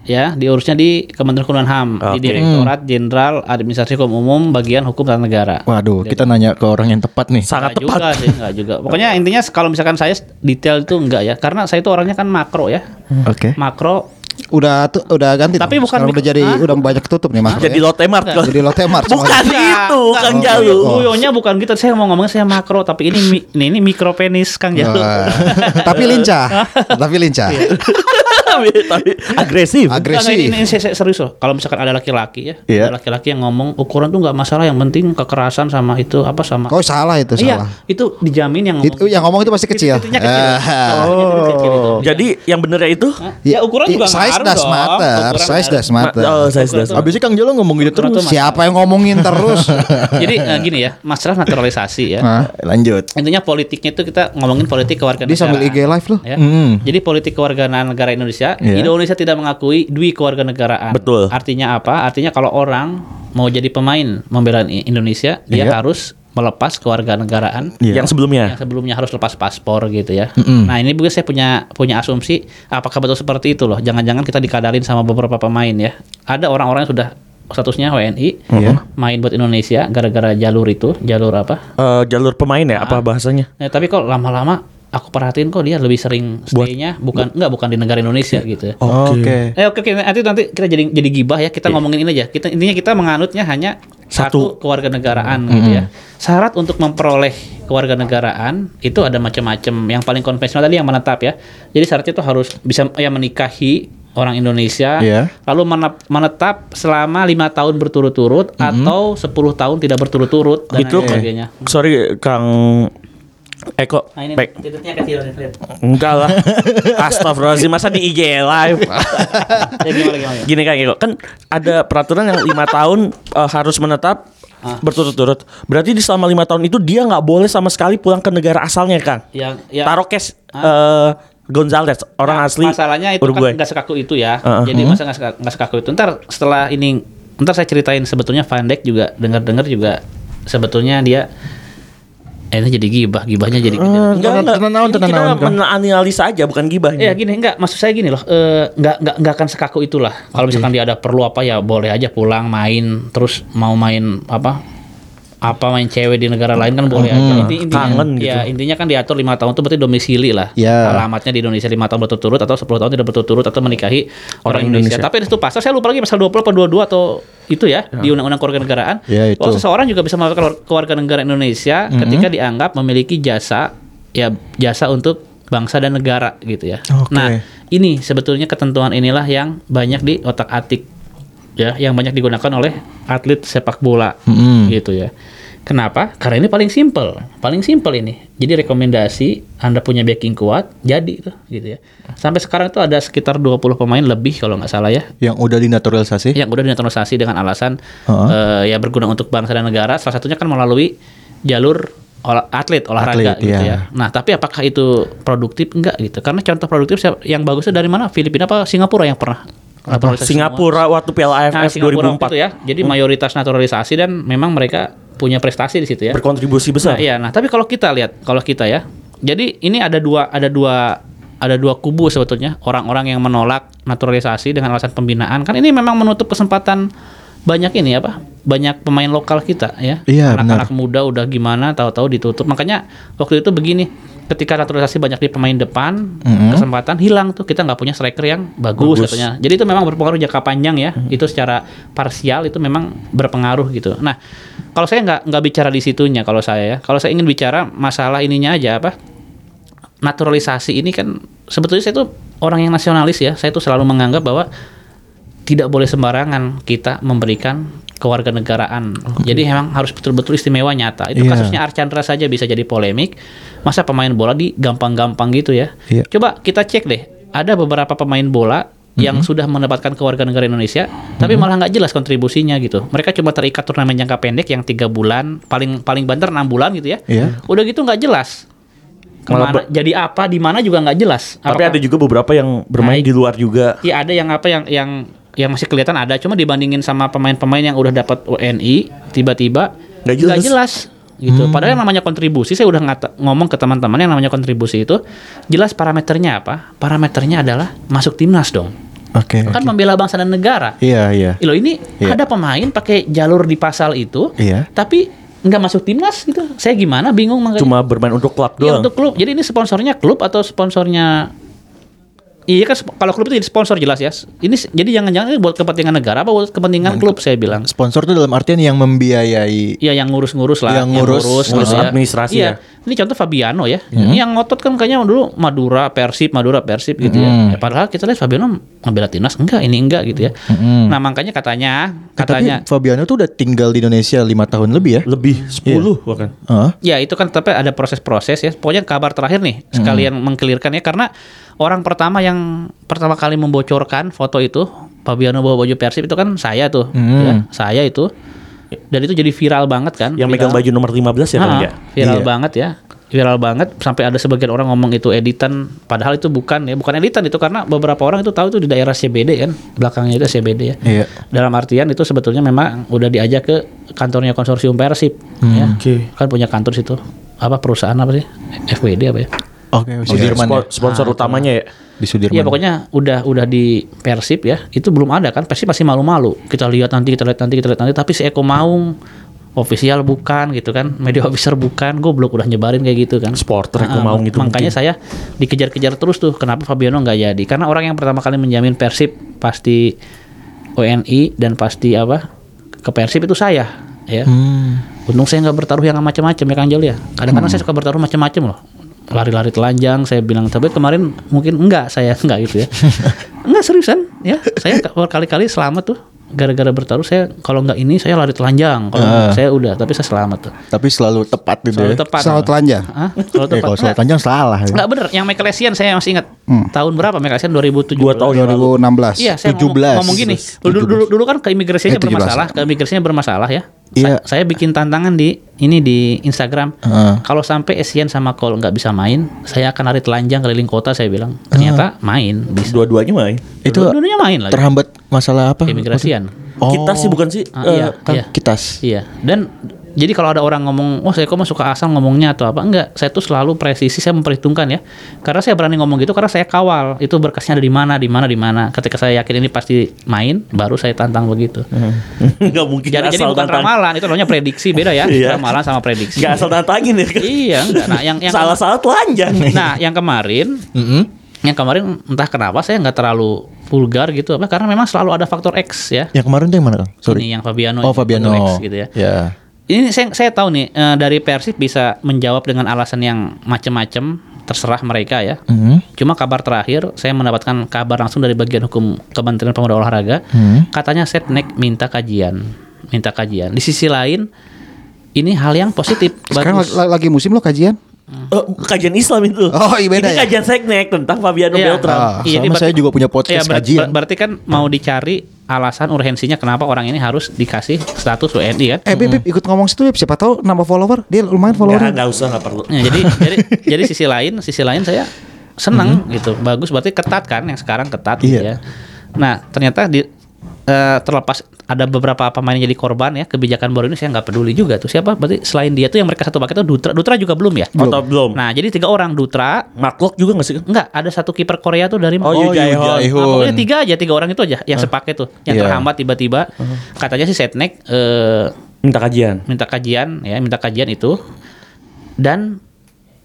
S5: ya diurusnya di Kementerian Hukum dan HAM, di
S1: Oke. Mm.
S5: Direktorat Jenderal Administrasi Hukum Umum bagian Hukum Tata Negara.
S4: Waduh, kita nanya ke orang yang tepat nih.
S1: Sangat
S5: Nggak
S1: tepat.
S5: juga sih, nggak juga.
S1: <laughs>
S5: Pokoknya intinya kalau misalkan saya detail itu enggak ya, karena saya itu orangnya kan makro ya.
S4: Oke.
S5: Makro
S3: Udah tuh udah ganti.
S5: Tapi
S3: tuh.
S5: bukan
S3: Sekarang
S5: mik-
S3: udah jadi
S5: Hah?
S3: udah banyak tutup nih makro.
S1: Jadi
S3: ya.
S1: Lotte Mart.
S5: Enggak.
S3: jadi lote mart.
S1: <laughs> Bukan Oh, itu, kan Kang Jalu.
S5: Guyonya bukan gitu. Saya mau ngomongnya saya makro, tapi ini
S3: Iya.
S5: <laughs> mi- ini, ini mikro penis Kang Jalu. Iya.
S3: Tapi lincah. Tapi lincah.
S1: tapi, <laughs> tapi agresif.
S3: Agre-
S5: Nggak, nggak,
S3: Agresif.
S5: ini, ini saya- saya serius loh. Kalau misalkan ada laki-laki ya,
S4: Iya.
S5: ada laki-laki yang ngomong ukuran tuh nggak masalah, yang penting kekerasan sama itu apa sama.
S3: Kau salah itu
S5: iya,
S3: salah.
S5: itu dijamin yang ngomong.
S3: Itu yang ngomong itu pasti kecil.
S5: Titik-titiknya kecil.
S3: Ah.
S5: Titik-titiknya kecil itu.
S1: Oh. Jadi yang bener ya itu?
S5: Ya, ukuran juga
S3: size
S5: ngaruh
S3: does
S5: dong.
S3: matter,
S5: Ukuran
S3: size
S5: ngaruh.
S3: does matter.
S1: Ma- Oh, saya sudah.
S4: Abisnya Kang Jalo ngomong gitu
S5: Ukuran
S4: terus.
S5: tuh masalah.
S3: Siapa yang ngomongin
S5: <laughs>
S3: terus?
S5: Jadi eh, gini ya, masalah naturalisasi ya.
S3: Hah?
S4: Lanjut.
S5: Intinya politiknya itu kita ngomongin politik kewarganegaraan.
S3: Ah. Dia sambil IG live loh.
S5: Ya.
S4: Mm.
S5: Jadi politik kewarganegaraan negara Indonesia,
S4: Iya.
S5: Indonesia tidak mengakui dui kewarganegaraan.
S1: Betul.
S5: Artinya apa? Artinya kalau orang mau jadi pemain membela I- Indonesia, dia
S4: Iya.
S5: harus melepas kewarganegaraan
S4: Iya.
S1: Yang sebelumnya.
S5: yang sebelumnya harus lepas paspor gitu ya. Nah, ini juga saya punya punya asumsi apakah betul seperti itu loh. Jangan-jangan kita dikadalin sama beberapa pemain ya. Ada orang-orang yang sudah statusnya WNI
S4: Iya.
S5: main buat Indonesia gara-gara jalur itu, jalur apa?
S1: Eh, jalur pemain ya apa bahasanya?
S5: Nah, tapi kok lama-lama aku perhatiin kok dia lebih sering stay-nya bukan enggak bukan di negara
S1: <laughs>
S5: Indonesia gitu. ya.
S4: Oke.
S5: Eh oke oke, nanti nanti kita jadi jadi gibah ya. Kita ngomongin ini aja. Kita intinya kita menganutnya hanya
S1: Iya. Satu.
S5: satu, kewarganegaraan gitu ya. Syarat untuk memperoleh kewarganegaraan itu ada macam-macam. Yang paling konvensional tadi yang menetap ya. Jadi syaratnya itu harus bisa ya menikahi orang Indonesia,
S4: Iya.
S5: lalu menep- menetap selama lima tahun berturut-turut atau 10 tahun tidak berturut-turut dan lain
S1: Itu
S5: sebagainya.
S1: sorry Kang Eko,
S5: Nah ini
S1: baik.
S5: titiknya kecil nih, lihat.
S1: Enggak lah. Astagfirullahaladzim masa di IG live.
S5: Ya, gimana, gimana, gimana?
S1: Gini kan Eko, kan ada peraturan yang lima tahun eh, harus menetap berturut-turut. Berarti di selama lima tahun itu dia nggak boleh sama sekali pulang ke negara asalnya Kang.
S5: Yang ya,
S1: Taruh cash Gonzales orang asli
S5: masalahnya itu
S1: Uruguay.
S5: kan nggak sekaku itu ya.
S1: Heeh. Hmm.
S5: Jadi masa nggak seka- nggak sekaku itu. Ntar setelah ini, ntar saya ceritain sebetulnya Van Dijk juga dengar-dengar juga sebetulnya dia eh, ini jadi gibah, gibahnya jadi gini.
S1: Enggak, enggak.
S4: Tenang naon,
S1: Ini
S4: tenang
S1: kita
S4: naon, Kang.
S1: menganalisa aja bukan gibah.
S5: Ya gini enggak maksud saya gini loh eh, nggak nggak nggak akan sekaku itulah kalau misalkan dia ada perlu apa ya boleh aja pulang main terus mau main apa apa main cewek di negara lain kan boleh aja Inti, intinya,
S1: kangen gitu.
S5: ya intinya kan diatur lima tahun itu berarti domisili lah
S4: Ya.
S5: alamatnya di Indonesia lima tahun berturut-turut atau 10 tahun tidak berturut-turut atau menikahi orang, Indonesia. tapi ada satu pasal saya lupa lagi pasal 20 atau 22 atau itu ya, di undang-undang kewarganegaraan
S4: Ya, itu.
S5: bahwa seseorang juga bisa melakukan kewarganegaraan Indonesia ketika dianggap memiliki jasa ya jasa untuk bangsa dan negara gitu ya.
S4: Oke.
S5: Nah, ini sebetulnya ketentuan inilah yang banyak di otak-atik ya, yang banyak digunakan oleh atlet sepak bola
S4: Mm-mm.
S5: gitu ya. Kenapa? Karena ini paling simple, paling simple ini. Jadi rekomendasi Anda punya backing kuat, jadi tuh gitu ya. Sampai sekarang tuh ada sekitar 20 pemain lebih kalau nggak salah ya
S4: Yang udah dinaturalisasi.
S5: yang udah dinaturalisasi dengan alasan
S4: Heeh.
S5: eh, ya berguna untuk bangsa dan negara salah satunya kan melalui jalur olah- atlet olahraga
S4: Atlet,
S5: gitu
S4: iya.
S5: ya. Nah, tapi apakah itu produktif enggak gitu? Karena contoh produktif siapa- yang bagusnya dari mana? Filipina apa Singapura yang pernah naturalisasi
S1: Singapura waktu
S5: semua?
S1: Piala
S5: Nah,
S1: AFF
S5: Singapura waktu
S1: 2004
S5: itu ya. Jadi mayoritas naturalisasi dan memang mereka punya prestasi di situ ya.
S1: berkontribusi besar.
S5: Nah, iya, nah tapi kalau kita lihat, kalau kita ya. Jadi ini ada dua ada dua ada dua kubu sebetulnya orang-orang yang menolak naturalisasi dengan alasan pembinaan. Kan ini memang menutup kesempatan banyak ini apa? Banyak pemain lokal kita ya.
S4: Iya,
S5: Anak-anak muda udah gimana tahu-tahu ditutup. Makanya waktu itu begini, ketika naturalisasi banyak di pemain depan, kesempatan hilang tuh kita nggak punya striker yang bagus,
S1: Bagus.
S5: katanya. Jadi itu memang berpengaruh jangka panjang ya. Itu secara parsial itu memang berpengaruh gitu. Nah, kalau saya nggak nggak bicara di situnya kalau saya ya. Kalau saya ingin bicara masalah ininya aja apa? Naturalisasi ini kan sebetulnya saya tuh orang yang nasionalis ya. Saya tuh selalu menganggap bahwa tidak boleh sembarangan kita memberikan kewarganegaraan. Jadi memang harus betul-betul istimewa nyata. Itu
S4: Iya.
S5: kasusnya Archandra saja bisa jadi polemik. Masa pemain bola di gampang-gampang gitu ya.
S4: Iya.
S5: Coba kita cek deh. Ada beberapa pemain bola
S4: Mhm.
S5: yang sudah mendapatkan kewarganegaraan Indonesia, tapi malah nggak jelas kontribusinya gitu. Mereka cuma terikat turnamen jangka pendek yang tiga bulan, paling paling banter enam bulan gitu ya.
S4: Iya.
S5: Udah gitu nggak jelas.
S1: Malah
S5: Kemana, jadi apa, di mana juga nggak jelas.
S1: Tapi
S5: Apakah-
S1: ada juga beberapa yang bermain di luar juga.
S5: Ya ada yang apa yang yang yang masih kelihatan ada, cuma dibandingin sama pemain-pemain yang udah dapat UNI tiba-tiba
S1: Nggak jelas.
S5: nggak gitu. Padahal yang namanya kontribusi saya udah ngata- ngomong ke teman-teman yang namanya kontribusi itu jelas parameternya apa? Parameternya adalah masuk timnas dong.
S4: Oke.
S5: Kan membela bangsa dan negara.
S4: Iya iya.
S5: Loh ini
S4: Iya.
S5: ada pemain pakai jalur di pasal itu,
S4: Iya.
S5: tapi nggak masuk timnas gitu. Saya gimana bingung makanya.
S1: Cuma bermain untuk klub
S5: Iya
S1: doang.
S5: untuk klub. Jadi ini sponsornya klub atau sponsornya Iya kan sp- kalau klub itu jadi sponsor jelas ya. Ini s- jadi jangan-jangan ini buat kepentingan negara apa buat kepentingan klub saya bilang.
S4: Sponsor itu dalam artian yang membiayai
S5: Iya yang ngurus-ngurus lah,
S4: Yang ngurus,
S1: ngurus
S5: gitu ya.
S1: administrasi
S5: Iya.
S1: ya. Iya.
S5: Ini contoh Fabiano ya. Ini yang ngotot kan kayaknya dulu Madura, Persib, Madura, Persib gitu ya. ya. Padahal kita lihat Fabiano ngebela timnas enggak, ini enggak gitu ya. Nah, makanya katanya
S1: Eh,
S5: katanya
S4: Tapi Fabiano tuh udah tinggal di Indonesia lima tahun lebih ya?
S1: Lebih
S5: Iya.
S1: 10 bahkan.
S4: Hah?
S5: Ya itu kan tapi ada proses-proses ya. Pokoknya kabar terakhir nih sekalian mengkelirkan ya karena orang pertama yang pertama kali membocorkan foto itu Fabiano bawa baju Persib itu kan saya tuh,
S4: Hmm.
S5: ya, saya itu. Dan itu jadi viral banget kan.
S1: Yang
S5: viral.
S1: megang baju nomor 15 ya
S5: Ah,
S1: kalau enggak.
S5: viral
S4: Iya.
S5: banget ya. Viral banget sampai ada sebagian orang ngomong itu editan padahal itu bukan ya, bukan editan itu karena beberapa orang itu tahu itu di daerah CBD kan, belakangnya itu CBD ya.
S4: Iya.
S5: Dalam artian itu sebetulnya memang udah diajak ke kantornya konsorsium Persib ya. Kan punya kantor situ. Apa perusahaan apa sih? FWD apa ya?
S4: Oke, Sudirman ya?
S1: Spon- Sponsor utamanya ya.
S4: Di Sudirman.
S5: Iya pokoknya udah udah di Persib ya. Itu belum ada kan. Persib masih malu-malu. Kita lihat nanti, kita lihat nanti, kita lihat nanti. Tapi si Eko Maung official bukan gitu kan. Media officer bukan. Goblok udah nyebarin kayak gitu kan.
S1: Supporter Eko
S5: Ah,
S1: Maung itu
S5: Makanya
S1: mungkin.
S5: saya dikejar-kejar terus tuh. Kenapa Fabiano nggak jadi? Karena orang yang pertama kali menjamin Persib pasti ONI dan pasti apa ke Persib itu saya ya.
S1: Hmm.
S5: Untung saya nggak bertaruh yang macam-macam ya Kang Jol ya. Kadang-kadang
S4: Hmm.
S5: saya suka bertaruh macam-macam loh. Lari-lari telanjang, saya bilang tapi kemarin mungkin enggak saya <laughs> enggak gitu ya.
S4: <laughs>
S5: enggak seriusan ya. Saya berkali-kali selamat tuh gara-gara bertaruh saya kalau enggak ini saya lari telanjang. Kalau
S4: Ah.
S5: enggak, saya udah tapi saya selamat tuh.
S4: Tapi selalu tepat gitu
S5: Selalu
S4: ya.
S5: tepat.
S3: Selalu telanjang.
S5: Hah? Selalu
S4: Eh,
S5: tepat.
S4: kalau selalu
S5: Enggak,
S4: telanjang Hmm. salah. ya.
S5: enggak bener, yang Michael Essien saya masih ingat. Tahun berapa Michael Essien 2017.
S1: Dua tahun yang lalu.
S3: 2016.
S5: Iya, saya
S4: 17.
S5: ngomong, ngomong gini. Dulu, dulu, dulu kan keimigrasiannya
S3: Eh, 17.
S5: bermasalah, keimigrasiannya bermasalah ya.
S4: Iya.
S5: Sa- Saya, bikin tantangan di ini di Instagram.
S4: Heeh.
S5: Kalau sampai Asian sama Cole nggak bisa main, saya akan lari telanjang keliling kota saya bilang. Ternyata main bisa.
S1: Dua-duanya ya. main.
S4: Itu
S5: Dulunya main lagi.
S4: terhambat masalah apa?
S5: Keimigrasian.
S4: Oh.
S1: Kita sih bukan sih.
S5: Ah,
S1: eh,
S5: iya,
S4: kan
S5: iya.
S4: kitas.
S5: Iya. Dan jadi kalau ada orang ngomong, wah saya kok mah suka asal ngomongnya atau apa? Enggak, saya tuh selalu presisi, saya memperhitungkan ya. Karena saya berani ngomong gitu karena saya kawal itu berkasnya ada di mana, di mana, di mana. Ketika saya yakin ini pasti main, baru saya tantang begitu.
S1: <laughs> Enggak eh, mungkin
S5: Jadi, jadi
S1: Hmm. asal
S5: bukan
S1: tantang.
S5: ramalan, itu namanya prediksi beda ya.
S1: <laughs> Iya.
S5: Ramalan sama prediksi.
S1: Enggak asal nantangin ya. kan.
S5: iya, enggak. Nah, yang yang
S1: Salah-salah telanjang.
S5: Nah, yang kemarin
S4: Mm-mm.
S5: yang kemarin entah kenapa saya nggak terlalu vulgar gitu apa karena memang selalu ada faktor X ya.
S4: Yang kemarin tuh yang mana, Kang? Sorry.
S5: Ini yang Fabiano
S4: oh,
S5: itu,
S4: Fabiano. Iya.
S5: faktor X gitu ya. Ini saya saya tahu nih eh, dari Persib bisa menjawab dengan alasan yang macam-macam, terserah mereka ya.
S4: Mm-mm.
S5: Cuma kabar terakhir saya mendapatkan kabar langsung dari bagian hukum Kementerian Pemuda Olahraga,
S4: Mhm.
S5: katanya Setnek minta kajian, minta kajian. Di sisi lain ini hal yang positif.
S3: Sekarang
S5: bagus.
S3: lagi, lagi musim lo kajian?
S1: Eh, kajian Islam itu.
S3: Oh, iya beda
S1: Ini
S3: ya?
S1: kajian seknek tentang Fabiano
S5: Iya.
S1: Beltran.
S4: Ah,
S5: Iya,
S4: sama
S5: ini berarti-
S4: saya juga punya podcast
S5: Iya, ber-
S4: kajian.
S5: ber- berarti kan mau dicari alasan urgensinya kenapa orang ini harus dikasih status WNI kan?
S3: Eh, Bib, Bib, ikut ngomong situ, Bib. Siapa tahu nambah follower. Dia lumayan
S1: Enggak,
S3: followernya.
S1: enggak usah, enggak perlu.
S5: Ya,
S1: <laughs>
S5: jadi jadi jadi sisi lain, sisi lain saya senang
S1: Mm-hmm.
S5: gitu. Bagus berarti ketat kan yang sekarang ketat gitu
S4: Iya.
S5: ya. Nah, ternyata di eh, terlepas ada beberapa pemain yang jadi korban ya kebijakan baru ini saya nggak peduli juga tuh siapa berarti selain dia tuh yang mereka satu paket tuh Dutra Dutra juga belum ya
S1: Atau belum.
S5: nah jadi tiga orang Dutra
S1: Maklok juga enggak sih?
S5: nggak ada satu kiper Korea tuh dari
S1: Oh,
S5: mana?
S1: Yoo
S5: Nah,
S1: Jae-hoon.
S5: pokoknya tiga aja, tiga orang itu aja yang sepaket tuh, yang
S4: Iya.
S5: terhambat tiba-tiba. Katanya si Setnek eh,
S1: Minta kajian.
S5: minta kajian, ya minta kajian itu. Dan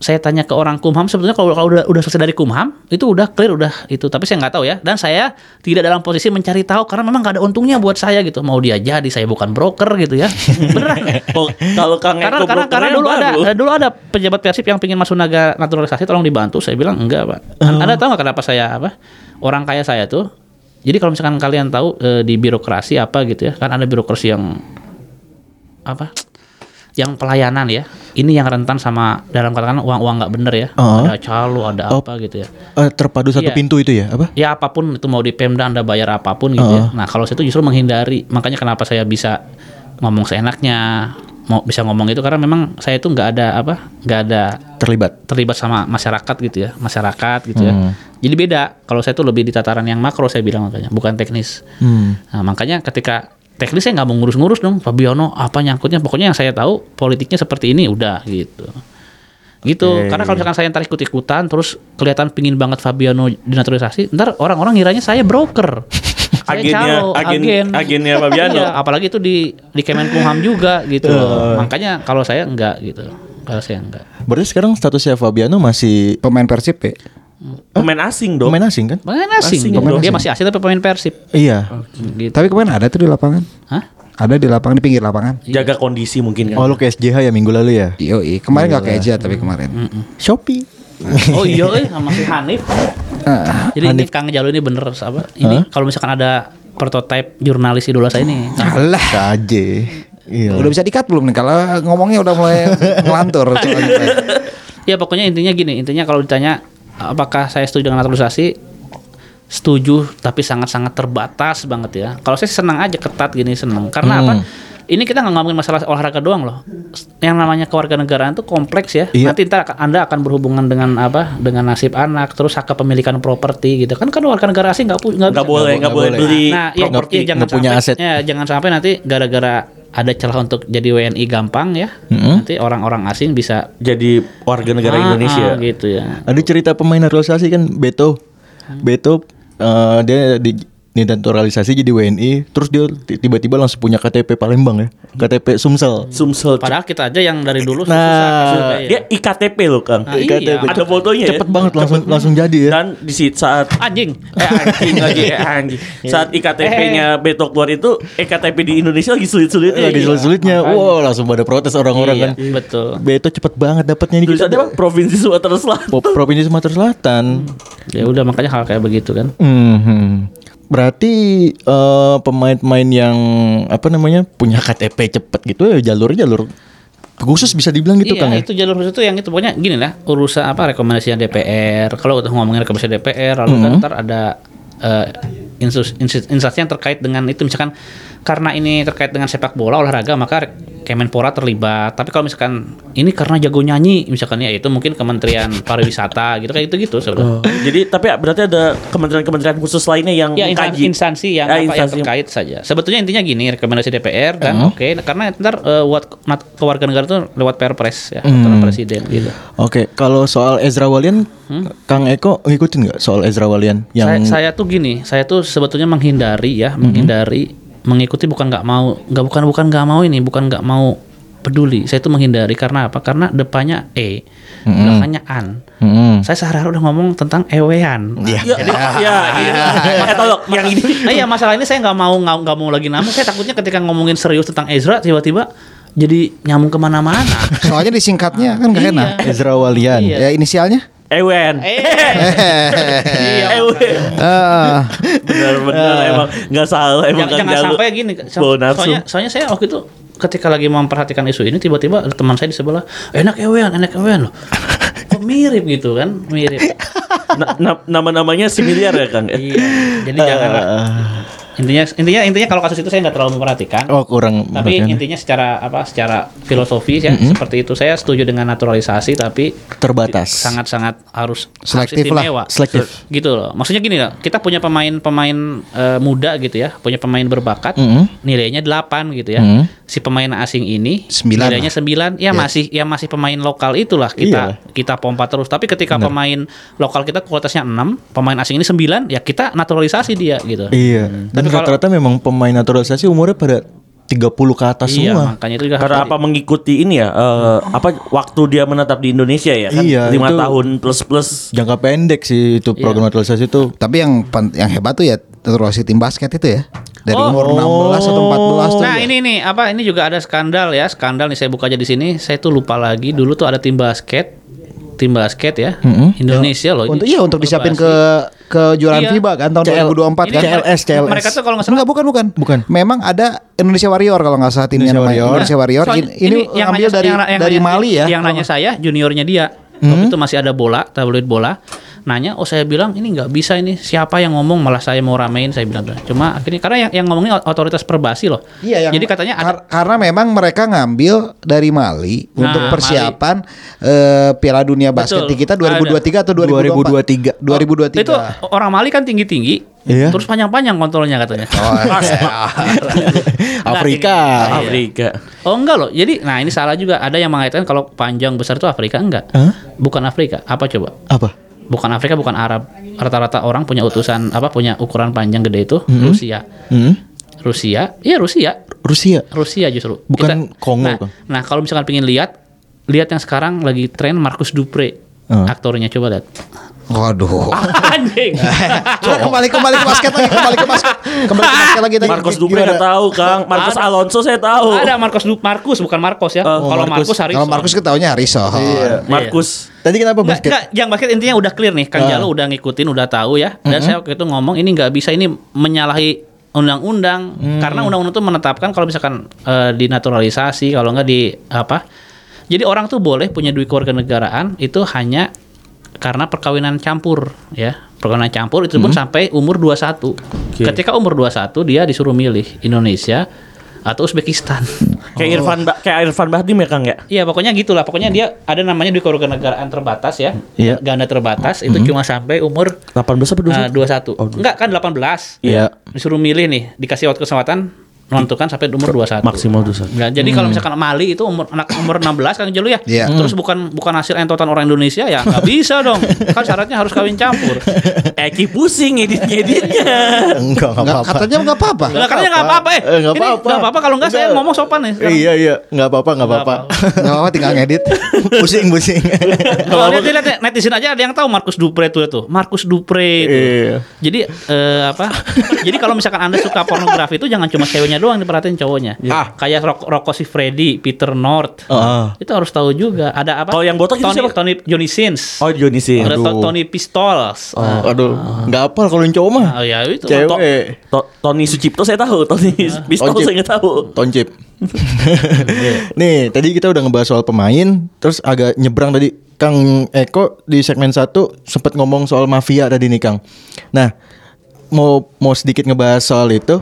S5: saya tanya ke orang Kumham sebetulnya kalau, kalau udah udah selesai dari Kumham itu udah clear udah itu tapi saya nggak tahu ya dan saya tidak dalam posisi mencari tahu karena memang nggak ada untungnya buat saya gitu mau dia jadi saya bukan broker gitu ya beneran
S1: Oh, <laughs> kalau Kang
S5: karena
S1: Eko
S5: karena, karena
S1: blokernya
S5: dulu ada
S1: baru.
S5: dulu ada pejabat persib yang pingin masuk naga naturalisasi tolong dibantu saya bilang enggak pak An- anda tahu nggak kenapa saya apa orang kaya saya tuh jadi kalau misalkan kalian tahu eh, di birokrasi apa gitu ya kan ada birokrasi yang apa yang pelayanan ya ini yang rentan sama dalam katakan uang-uang nggak bener ya
S4: Oh.
S5: ada calo ada
S4: Oh.
S5: apa gitu ya
S4: Eh, terpadu satu
S5: Iya.
S4: pintu itu ya, apa?
S5: ya apapun itu mau di Pemda Anda bayar apapun gitu ya. Nah, kalau saya itu justru menghindari. Makanya kenapa saya bisa ngomong seenaknya, mau bisa ngomong itu karena memang saya itu nggak ada apa? nggak ada
S4: Terlibat.
S5: terlibat sama masyarakat gitu ya, masyarakat gitu ya.
S1: Hmm.
S5: Jadi beda. Kalau saya itu lebih di tataran yang makro saya bilang makanya, bukan teknis.
S1: Hmm.
S5: Nah, makanya ketika teknis saya nggak mau ngurus-ngurus dong. Fabiano apa nyangkutnya? Pokoknya yang saya tahu politiknya seperti ini udah gitu. Gitu. Karena kalau misalkan saya ntar ikut-ikutan terus kelihatan pingin banget Fabiano dinaturalisasi, ntar orang-orang ngiranya saya
S1: <laughs>
S5: broker. Saya
S1: Agennya-
S5: calo,
S1: agen- agennya Fabiano.
S5: Iya, apalagi itu di di Kemenkumham juga gitu. loh. Makanya kalau saya enggak gitu. Kalau saya enggak.
S4: Berarti sekarang statusnya Fabiano masih
S3: Pemain Persib, ya?
S1: Pemain asing dong.
S4: Pemain asing kan?
S5: Pemain asing,
S1: Asing,
S5: dong.
S1: pemain
S5: dia
S1: asing.
S5: masih asing tapi pemain Persib.
S4: Iya.
S5: Gitu.
S3: Tapi kemarin ada tuh di lapangan.
S5: Hah?
S3: Ada di lapangan di pinggir lapangan.
S1: Jaga kondisi mungkin kan.
S4: Oh lu ke SJH ya minggu lalu ya?
S3: Yoi, kemarin
S5: Iya,
S3: nggak kayak aja tapi kemarin.
S4: Shopee.
S5: Oh iya, eh, sama si Hanif. Jadi ini Kang Jalu ini bener apa? Ini kalau misalkan ada prototipe jurnalis idola saya ini.
S3: Alah,
S4: Aja. Iya.
S3: udah bisa dikat belum nih? Kalau ngomongnya udah mulai
S5: <laughs>
S3: ngelantur. soalnya.
S5: Ya pokoknya intinya gini, intinya kalau ditanya apakah saya setuju dengan naturalisasi? Setuju, tapi sangat-sangat terbatas banget ya. Kalau saya senang aja ketat gini senang.
S4: Hmm.
S5: Karena apa? Ini kita nggak ngomongin masalah olahraga doang loh. Yang namanya kewarganegaraan itu kompleks ya.
S4: Iya.
S5: Nanti ntar Anda akan berhubungan dengan apa? Dengan nasib anak, terus hak kepemilikan properti gitu. Kan kan warga negara asing nggak pu- nggak
S1: Nggak
S5: bisa-
S1: boleh, nggak
S4: nggak
S1: boleh
S4: boleh.
S1: beli
S5: nah, iya,
S1: properti.
S5: iya, jangan
S4: nggak punya
S5: sampai,
S4: aset.
S5: ya, jangan sampai nanti gara-gara ada celah untuk jadi WNI gampang ya.
S4: Hmm.
S5: Nanti orang-orang asing bisa
S1: Jadi warga negara
S5: Ah,
S1: Indonesia.
S5: ah, gitu ya.
S4: Ada cerita pemain naturalisasi kan Beto. Beto eh, dia di naturalisasi jadi WNI, terus dia t- tiba-tiba langsung punya KTP Palembang ya, KTP Sumsel.
S1: Sumsel.
S5: Padahal kita aja yang dari dulu
S4: Nah,
S5: susah-susah ya.
S1: Dia IKTP loh Kang.
S5: Nah, iya.
S1: Ada fotonya ya.
S4: Cepet banget langsung langsung jadi ya.
S1: Dan di si- saat
S5: <laughs> anjing. Eh.
S1: eh anjing
S4: <laughs>
S1: <laughs> lagi eh,
S4: Iya,
S1: anjing. Saat IKTP-nya Beto keluar itu IKTP di Indonesia lagi sulit-sulitnya.
S4: Lagi sulit-sulitnya, wow langsung pada protes orang-orang
S5: Iya,
S4: kan.
S5: betul.
S4: Beto cepet banget dapatnya ini kita
S1: Tulisannya apa? Provinsi Sumatera Selatan.
S4: Pro- Provinsi Sumatera Selatan.
S5: Ya udah makanya hal kayak begitu kan.
S4: Mhm. Berarti eh, pemain-pemain yang apa namanya punya KTP cepet gitu ya jalurnya jalur khusus bisa dibilang gitu
S5: iya,
S4: kan ya.
S5: itu jalur khusus itu yang itu pokoknya gini lah urusan apa rekomendasinya DPR. Kalau kita ngomongin rekomendasi DPR, lalu
S4: Hmm.
S5: kan ntar ada eh, insus- insus- instansi yang terkait dengan itu misalkan karena ini terkait dengan sepak bola olahraga maka re- Kemenpora terlibat. Tapi kalau misalkan ini karena jago nyanyi misalkan ya itu mungkin Kementerian Pariwisata gitu kayak gitu gitu
S4: Oh.
S5: sebetulnya.
S1: Jadi tapi berarti ada kementerian-kementerian khusus lainnya yang
S5: Ya instansi,
S1: mengkaji.
S5: instansi yang
S1: Ya,
S5: apa yang
S1: instansi. Mm-hmm.
S5: terkait saja. Sebetulnya intinya gini rekomendasi DPR dan kan? oke karena ntar eh, buat nat- kewarganegaraan itu lewat Perpres ya
S1: Mm.
S5: peraturan presiden gitu.
S4: Oke, kalau soal Ezra Walian,
S5: Hmm?
S4: Kang Eko ngikutin nggak soal Ezra Walian yang
S5: Saya, saya tuh gini, saya tuh sebetulnya menghindari
S1: Mm-hmm.
S5: ya, menghindari mengikuti bukan nggak mau, nggak bukan bukan nggak mau ini, bukan nggak mau peduli. Saya tuh menghindari karena apa? Karena depannya e,
S1: Mm-hmm.
S5: belakangnya an.
S4: Mhm.
S5: Saya sehari-hari udah ngomong tentang
S1: <laughs>
S5: ewean. Nah,
S1: Ya, ya, ya. Eh, tolong yang ini.
S5: Nah iya masalah ini saya nggak mau nggak nggak mau lagi namun saya takutnya ketika ngomongin serius tentang Ezra tiba-tiba jadi nyambung kemana-mana.
S3: Soalnya disingkatnya kan gak enak.
S4: Ezra Walian.
S3: Ya
S5: Iya.
S3: inisialnya?
S1: Ewen. <laughs>
S5: Eh. Iya,
S1: Ewen.
S3: Eh,
S5: Ah.
S1: Benar-benar emang nggak salah emang
S5: Ya, jangan,
S1: Kang
S5: jangan
S1: Jalu.
S5: sampai gini
S1: Bawa
S5: soalnya,
S1: nafsu.
S5: soalnya soalnya saya waktu itu ketika lagi memperhatikan isu ini tiba-tiba ada teman saya di sebelah enak ewean enak ewean
S1: <laughs>
S5: loh kok mirip gitu kan mirip
S1: Na- na- nama-namanya similar ya Kang.
S5: iya jadi
S1: Eh.
S5: janganlah intinya intinya intinya kalau kasus itu saya nggak terlalu memperhatikan
S4: <laughs> Oh kurang.
S5: tapi
S4: perhatian.
S5: intinya secara apa secara filosofis ya seperti itu saya setuju dengan naturalisasi tapi
S4: terbatas.
S5: sangat-sangat harus
S3: Selektif lah,
S5: istimewa.
S4: selektif.
S5: gitu loh maksudnya gini loh kita punya pemain-pemain eh, muda gitu ya punya pemain berbakat
S4: Mhm.
S5: nilainya 8 gitu ya
S4: Mhm.
S5: si pemain asing ini
S3: Sembilan
S5: nilainya 9 ya masih ya masih pemain lokal itulah kita kita pompa terus tapi ketika pemain lokal kita kualitasnya 6 pemain asing ini 9 ya kita naturalisasi dia gitu
S4: Iya. Dan
S5: Tapi kalau-
S4: rata-rata memang pemain naturalisasi umurnya pada 30 ke atas
S5: iya
S4: semua.
S5: makanya itu juga harus
S1: Karena
S5: tadi.
S1: apa mengikuti ini ya eh, apa waktu dia menetap di Indonesia ya kan
S4: Iya,
S1: lima
S4: itu-
S1: tahun plus plus
S4: Jangka pendek sih
S5: Iya.
S4: itu program naturalisasi itu.
S5: <laughs>
S3: tapi yang pen- yang hebat tuh ya naturalisasi tim basket itu ya. Dari
S5: Oh.
S3: umur 16 atau 14 tuh.
S5: Nah ini nih apa ini juga ada skandal ya skandal nih saya buka aja di sini saya tuh lupa lagi dulu tuh ada tim basket tim basket ya Indonesia loh
S3: untuk iya untuk disiapin ke ke juaraan
S5: Iya.
S3: FIBA kan tahun 2024 kan.
S5: CLS CLS mereka tuh kalau nggak salah
S3: Enggak bukan bukan.
S4: Bukan.
S3: Memang ada Indonesia Warrior kalau nggak salah timnya
S4: Indonesia
S3: namanya.
S4: Warrior.
S3: Indonesia Warrior.
S5: Soalnya
S3: Ini, ini, ngambil
S5: nanya-
S3: dari
S5: yang- yang
S3: dari
S5: nanya-
S3: Mali ya.
S5: Yang nanya saya juniornya dia. Waktu itu masih ada bola, tabloid bola. Nanya, oh saya bilang ini nggak bisa ini siapa yang ngomong malah saya mau ramein saya bilang. Cuma akhirnya karena yang, yang ngomongnya otoritas perbasi loh.
S3: Iya, yang-
S5: Jadi katanya ada
S3: kar- karena memang mereka ngambil dari Mali
S5: Nah,
S3: untuk
S5: Mali.
S3: persiapan eh, Piala Dunia basket
S5: Betul.
S3: di kita 2023 atau
S4: 2023.
S3: 2024? 2023.
S5: itu orang Mali kan tinggi-tinggi,
S4: Iya.
S5: terus panjang-panjang kontrolnya katanya.
S3: Oh,
S4: Afrika.
S5: Iya.
S1: Afrika.
S5: Oh enggak loh. Jadi nah ini salah juga. Ada yang mengaitkan kalau panjang besar itu Afrika enggak.
S4: Hah?
S5: Bukan Afrika. Apa coba?
S4: Apa?
S5: Bukan Afrika, bukan Arab. Rata-rata orang punya utusan apa punya ukuran panjang gede itu Rusia.
S4: Hmm?
S5: Rusia, iya Rusia,
S4: Rusia.
S5: Rusia justru.
S4: Bukan Kongo,
S5: Nah,
S4: Kang.
S5: nah kalau misalkan pengen lihat, lihat yang sekarang lagi tren Markus Dupre,
S4: Hmm.
S5: aktornya coba lihat.
S3: Waduh.
S5: Anjing.
S3: Coba kembali kembali ke basket lagi, kembali ke basket. Kembali ke basket lagi tadi.
S1: Marcos Dupe
S3: Gimana?
S1: nggak tahu Kang Marcos Alonso saya tahu
S5: Ada Marcos Du- Marcus bukan Marcos ya.
S1: Oh,
S5: Kalau
S1: Marcus.
S5: Marcus hari
S3: Kalau Markus ketahuannya Harrison.
S1: Marcus
S4: Tadi kenapa
S5: Nggak,
S4: basket?
S5: nggak, yang basket intinya udah clear nih. Kang Jalo udah ngikutin, udah tahu ya. Dan saya waktu itu ngomong ini nggak bisa ini menyalahi undang-undang karena undang-undang itu menetapkan kalau misalkan eh, dinaturalisasi kalau nggak di apa. Jadi orang tuh boleh punya duit kewarganegaraan itu hanya karena perkawinan campur ya. Perkawinan campur itu pun sampai umur 21. Ketika umur 21 dia disuruh milih Indonesia atau Uzbekistan.
S1: kayak Irfan Ba- kayak Irfan Bahdim ya Kang ya
S5: Iya pokoknya gitulah pokoknya dia ada namanya duit kewarganegaraan terbatas ya
S4: Iya. Mm-hmm.
S5: ganda terbatas itu cuma sampai umur
S1: 18 apa
S5: eh, 21
S1: 21?
S5: enggak kan 18
S4: Oh, Iya.
S5: disuruh milih nih dikasih waktu kesempatan menentukan sampai umur 21
S1: maksimal 21.
S5: Nggak, jadi
S4: Hmm.
S5: kalau misalkan Mali itu umur anak umur 16 kan jelu ya
S3: Iya.
S5: terus bukan bukan hasil entotan orang Indonesia ya nggak bisa dong kan syaratnya harus kawin campur
S1: <laughs> Eki pusing edit-editnya
S4: Enggak, enggak
S3: Nggak,
S4: apa-apa.
S3: katanya nggak apa-apa.
S5: Nah, karena nggak apa-apa eh
S4: Eh, nggak
S5: Ini
S4: apa-apa.
S5: nggak apa-apa kalau nggak saya
S4: Udah.
S5: ngomong sopan nih sekarang.
S4: Iya, iya, enggak apa-apa, enggak apa-apa.
S3: Nggak apa-apa tinggal ngedit.
S4: <laughs> pusing,
S5: <laughs>
S4: pusing.
S5: Kalau lihat lihat netizen aja ada yang tahu Markus Dupre itu tuh. Markus Dupre itu.
S4: Iya.
S5: Jadi eh, apa? Jadi kalau misalkan Anda suka pornografi itu jangan cuma ceweknya doang diperhatiin cowoknya.
S4: Ah.
S5: Kayak Rok Rocco si Freddy, Peter North.
S4: Heeh.
S5: Itu harus tahu juga. Ada apa?
S1: Kalau yang botak itu
S5: Tony,
S1: siapa?
S5: Tony Johnny Sins.
S1: oh Johnny sih
S5: ada
S4: iya. aduh.
S5: To- Tony Pistols.
S4: Oh, aduh, enggak apal kalau yang cowok mah.
S5: Ah, ya itu.
S1: To-
S4: Cewek.
S1: To- Tony Sucipto saya tahu Tony Pistol
S4: Tonjip.
S1: saya nggak tahu
S4: Toncip. Nih, tadi kita udah ngebahas soal pemain, terus agak nyebrang tadi Kang Eko di segmen 1 sempat ngomong soal mafia tadi nih Kang. Nah, mau mau sedikit ngebahas soal itu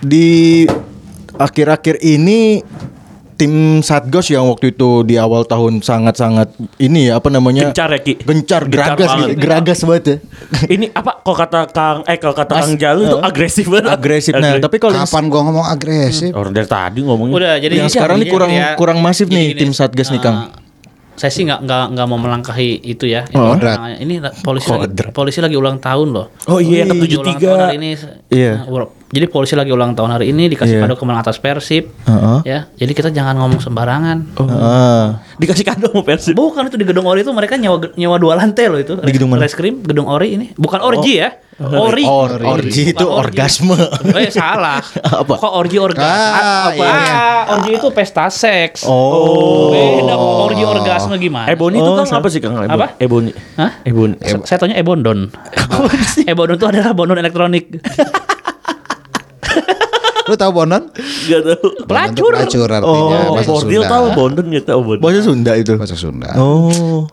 S4: di akhir-akhir ini tim Satgas yang waktu itu di awal tahun sangat-sangat ini ya apa namanya?
S1: Gencar ya, Ki?
S4: Gencar, <laughs>
S1: Gencar
S4: geragas
S1: banget.
S4: gitu, geragas banget ya.
S1: ini apa kalau kata Kang eh kalau kata Kang Jalu itu agresif banget
S4: Agresif. Nah, tapi kalau yang-
S3: Kapan gua ngomong agresif?
S1: orang dari tadi ngomongnya
S5: Udah jadi
S4: yang sekarang nih
S5: jadi
S4: kurang
S5: ya,
S4: kurang masif
S5: gini,
S4: nih
S5: gini.
S4: tim Satgas nih Kang.
S5: Eh, saya sih nggak nggak nggak mau melangkahi itu ya. Ini,
S4: Oh.
S5: orang- ini la- polisi lagi,
S4: Kodrat.
S5: polisi lagi ulang tahun loh.
S1: Oh iya, yang
S5: Lagi ulang tahun hari
S1: 73
S5: ini.
S4: Iya.
S5: Nah, ur- Jadi polisi lagi ulang tahun hari ini dikasih
S4: Iya.
S5: kado kemenangan atas Persib.
S4: Heeh.
S5: Ya, jadi kita jangan ngomong sembarangan.
S4: Ah.
S1: dikasih kado sama Persib
S5: Bukan itu di gedung Ori itu mereka nyewa nyewa dua lantai loh itu.
S4: Di gedung mana?
S5: Reskrim gedung Ori ini. Bukan orgi ya. Ori.
S4: Or- orgi itu
S5: Bukan
S4: orgasme.
S5: <laughs> Oh ya salah.
S4: Apa?
S5: Kok orgi orgasme?
S3: Ah,
S5: Apa?
S3: iya.
S5: Ah, orgi itu pesta seks.
S4: Oh.
S5: Beda orgi orgasme gimana?
S1: Ebony Eh, itu Kang apa sih Kang Eh, Ebony?
S5: Apa?
S1: Ebony.
S5: Hah?
S1: Ebony.
S5: Sa- Saya tanya Ebondon. Ebondon itu adalah
S4: <laughs>
S5: bondon elektronik.
S3: Lu tahu Bonon?
S1: Gak tahu.
S5: Pelacur.
S3: Pelacur artinya
S4: Oh,
S3: bahasa
S1: Bordil
S3: Sunda.
S1: tahu Bondon nggak tahu Bondon.
S4: Bahasa Sunda itu.
S3: Bahasa Sunda. Nah,
S4: <laughs> Oh.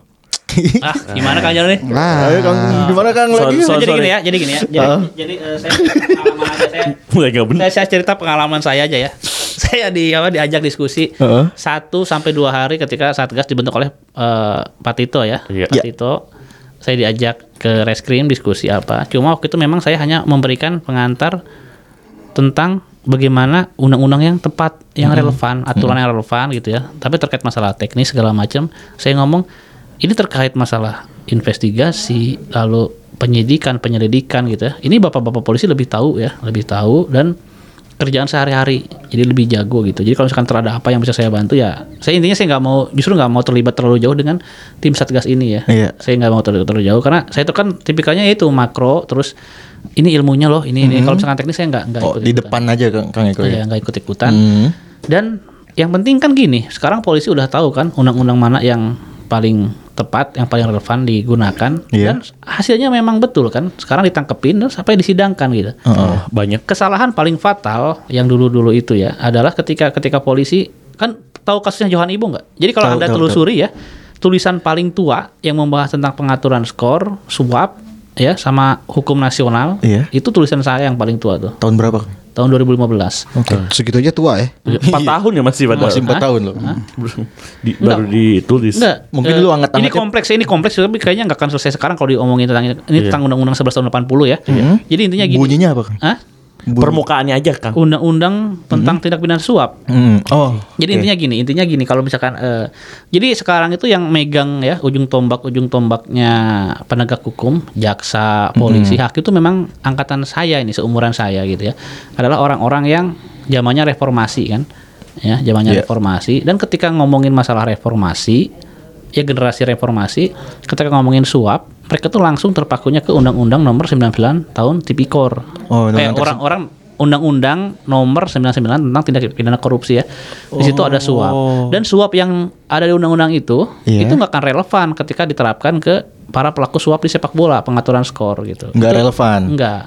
S5: Ah, gimana Kang Jalan nih?
S3: Lah,
S4: Ayo Kang,
S5: Ah.
S4: gimana Kang
S1: Sorry,
S4: lagi?
S1: sorry.
S5: jadi gini ya, jadi gini ya. Jadi,
S4: Ah.
S5: jadi eh, saya pengalaman aja saya
S1: Mulai gak benar.
S5: saya, saya cerita pengalaman saya aja ya. <laughs> Saya di apa diajak diskusi
S4: Heeh.
S5: satu sampai dua hari ketika satgas dibentuk oleh eh, Patito ya.
S1: Iya.
S5: Patito, saya diajak ke reskrim diskusi apa. Cuma waktu itu memang saya hanya memberikan pengantar tentang bagaimana undang-undang yang tepat, yang relevan, aturan yang relevan gitu ya. Tapi terkait masalah teknis segala macam, saya ngomong ini terkait masalah investigasi, lalu penyidikan, penyelidikan gitu ya. Ini bapak-bapak polisi lebih tahu ya, lebih tahu dan kerjaan sehari-hari jadi lebih jago gitu jadi kalau misalkan terada apa yang bisa saya bantu ya saya intinya saya nggak mau justru nggak mau terlibat terlalu jauh dengan tim satgas ini ya
S4: Iya.
S5: saya nggak mau terlalu, terlalu jauh karena saya itu kan tipikalnya itu makro terus ini ilmunya loh ini, ini. kalau misalkan teknis saya nggak nggak
S4: Mm-hmm. Oh,
S5: ikut
S4: di depan aja Kang Kang Eko
S5: Iya,
S4: ya.
S5: nggak ikut ikutan
S4: Hmm.
S5: dan yang penting kan gini sekarang polisi udah tahu kan undang-undang mana yang paling tepat yang paling relevan digunakan
S4: Iya.
S5: dan hasilnya memang betul kan sekarang ditangkepin dan sampai disidangkan gitu
S4: Heeh.
S1: Banyak.
S5: kesalahan paling fatal yang dulu-dulu itu ya adalah ketika ketika polisi kan tahu kasusnya Johan Ibu nggak? Jadi kalau
S4: Tahu,
S5: anda
S4: tahu,
S5: telusuri ya tulisan paling tua yang membahas tentang pengaturan skor suap ya sama hukum nasional
S4: Iya.
S5: itu tulisan saya yang paling tua tuh
S4: Tahun berapa? Kang?
S5: tahun 2015.
S4: Oke.
S3: segitu aja tua ya.
S1: 4 tahun ya masih pada.
S4: Masih 4
S5: Hah?
S4: tahun loh.
S1: Di- baru ditulis.
S5: Enggak,
S4: Mungkin
S5: eh,
S4: dulu anget-anget.
S5: Ini kompleks, ini kompleks tapi kayaknya nggak akan selesai sekarang kalau diomongin tentang ini Ini tentang Undang-Undang 11 tahun 80 ya. Jadi intinya gini.
S4: Iya. Bunyinya apa Kang?
S5: Hah?
S4: Bunyi.
S1: Permukaannya aja Kang.
S5: Undang-Undang tentang tindak pidana suap.
S4: Hmm. Oh.
S5: Jadi intinya gini, intinya gini kalau misalkan eh, jadi sekarang itu yang megang ya ujung tombak ujung tombaknya penegak hukum, jaksa, polisi, hakim itu memang angkatan saya ini seumuran saya gitu ya. Adalah orang-orang yang zamannya reformasi kan. Ya, zamannya
S4: Iya.
S5: reformasi dan ketika ngomongin masalah reformasi ya generasi reformasi ketika ngomongin suap mereka tuh langsung terpakunya ke Undang-Undang Nomor 99 Tahun Tipikor.
S4: Oh, undang-undang
S5: Kayak
S4: terse-
S5: orang-orang Undang-Undang Nomor 99 tentang tindak pidana korupsi ya. Di situ ada suap dan suap yang ada di Undang-Undang itu
S4: Oh. Iya.
S5: itu nggak akan relevan ketika diterapkan ke para pelaku suap di sepak bola pengaturan skor gitu.
S4: Nggak
S5: Itu-
S4: relevan.
S5: Enggak.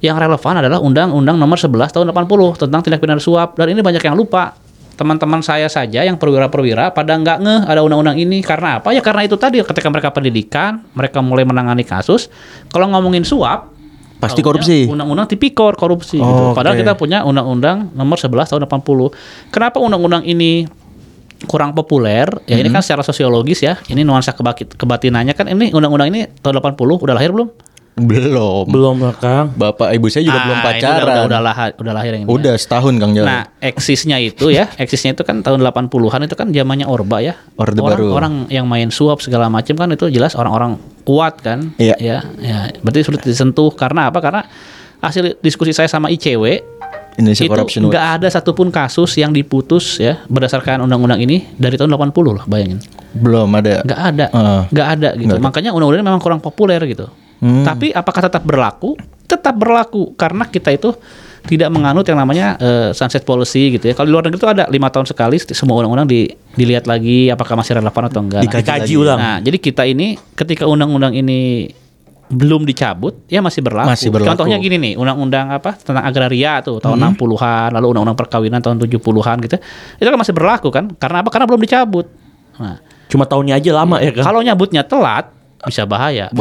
S5: Yang relevan adalah Undang-Undang Nomor 11 Tahun 80 tentang tindak pidana suap dan ini banyak yang lupa. Teman-teman saya saja yang perwira-perwira pada nggak ngeh ada undang-undang ini karena apa? Ya karena itu tadi ketika mereka pendidikan, mereka mulai menangani kasus. Kalau ngomongin suap,
S4: Pasti
S5: taunya
S4: korupsi.
S5: Undang-undang tipikor korupsi
S4: Oh,
S5: gitu.
S4: oke.
S5: Padahal kita punya undang-undang nomor 11 tahun 80. Kenapa undang-undang ini kurang populer? Ya
S4: Mm-hmm.
S5: ini kan secara sosiologis ya. Ini nuansa kebaki- kebatinannya kan ini undang-undang ini tahun 80 udah lahir belum?
S4: Belum.
S1: Belum lah Kang.
S4: Bapak ibu saya juga
S5: Ah,
S4: belum
S5: ini udah-
S4: pacaran. iya.
S5: Udah,
S4: Udah,
S5: udah, lahir, udah lahir yang ini. ya.
S4: setahun Kang Jalan.
S5: Nah, eksisnya itu ya, eksisnya itu kan tahun 80-an itu kan zamannya Orba ya.
S4: Orde
S5: orang,
S4: Baru.
S5: Orang yang main suap segala macam kan itu jelas orang-orang kuat kan.
S4: Iya.
S5: Ya, ya. Berarti sulit disentuh karena apa? Karena hasil diskusi saya sama ICW
S4: Indonesia Corruption
S5: itu nggak ada satupun kasus yang diputus ya berdasarkan undang-undang ini dari tahun 80 loh bayangin
S4: belum ada.
S5: nggak ada
S4: Heeh.
S5: nggak ada gitu
S4: Nggak ada. Hmm.
S5: makanya undang-undang memang kurang populer gitu tapi apakah tetap berlaku tetap berlaku karena kita itu tidak menganut yang namanya eh, sunset policy gitu ya kalau di luar negeri itu ada lima tahun sekali seti- semua undang-undang di- dilihat lagi apakah masih relevan atau enggak
S4: Dikaji
S1: Dikaji
S4: lagi.
S1: ulang.
S5: Nah, jadi kita ini ketika undang-undang ini belum dicabut, ya masih berlaku.
S4: Masih berlaku. Hmm.
S5: Contohnya gini nih, undang-undang apa tentang agraria tuh tahun 60-an, lalu undang-undang perkawinan tahun 70-an gitu. Itu kan masih berlaku kan? Karena apa? Karena belum dicabut. Nah,
S1: Cuma tahunnya aja lama ya Kang.
S5: kalau nyabutnya telat bisa bahaya.
S3: Iya.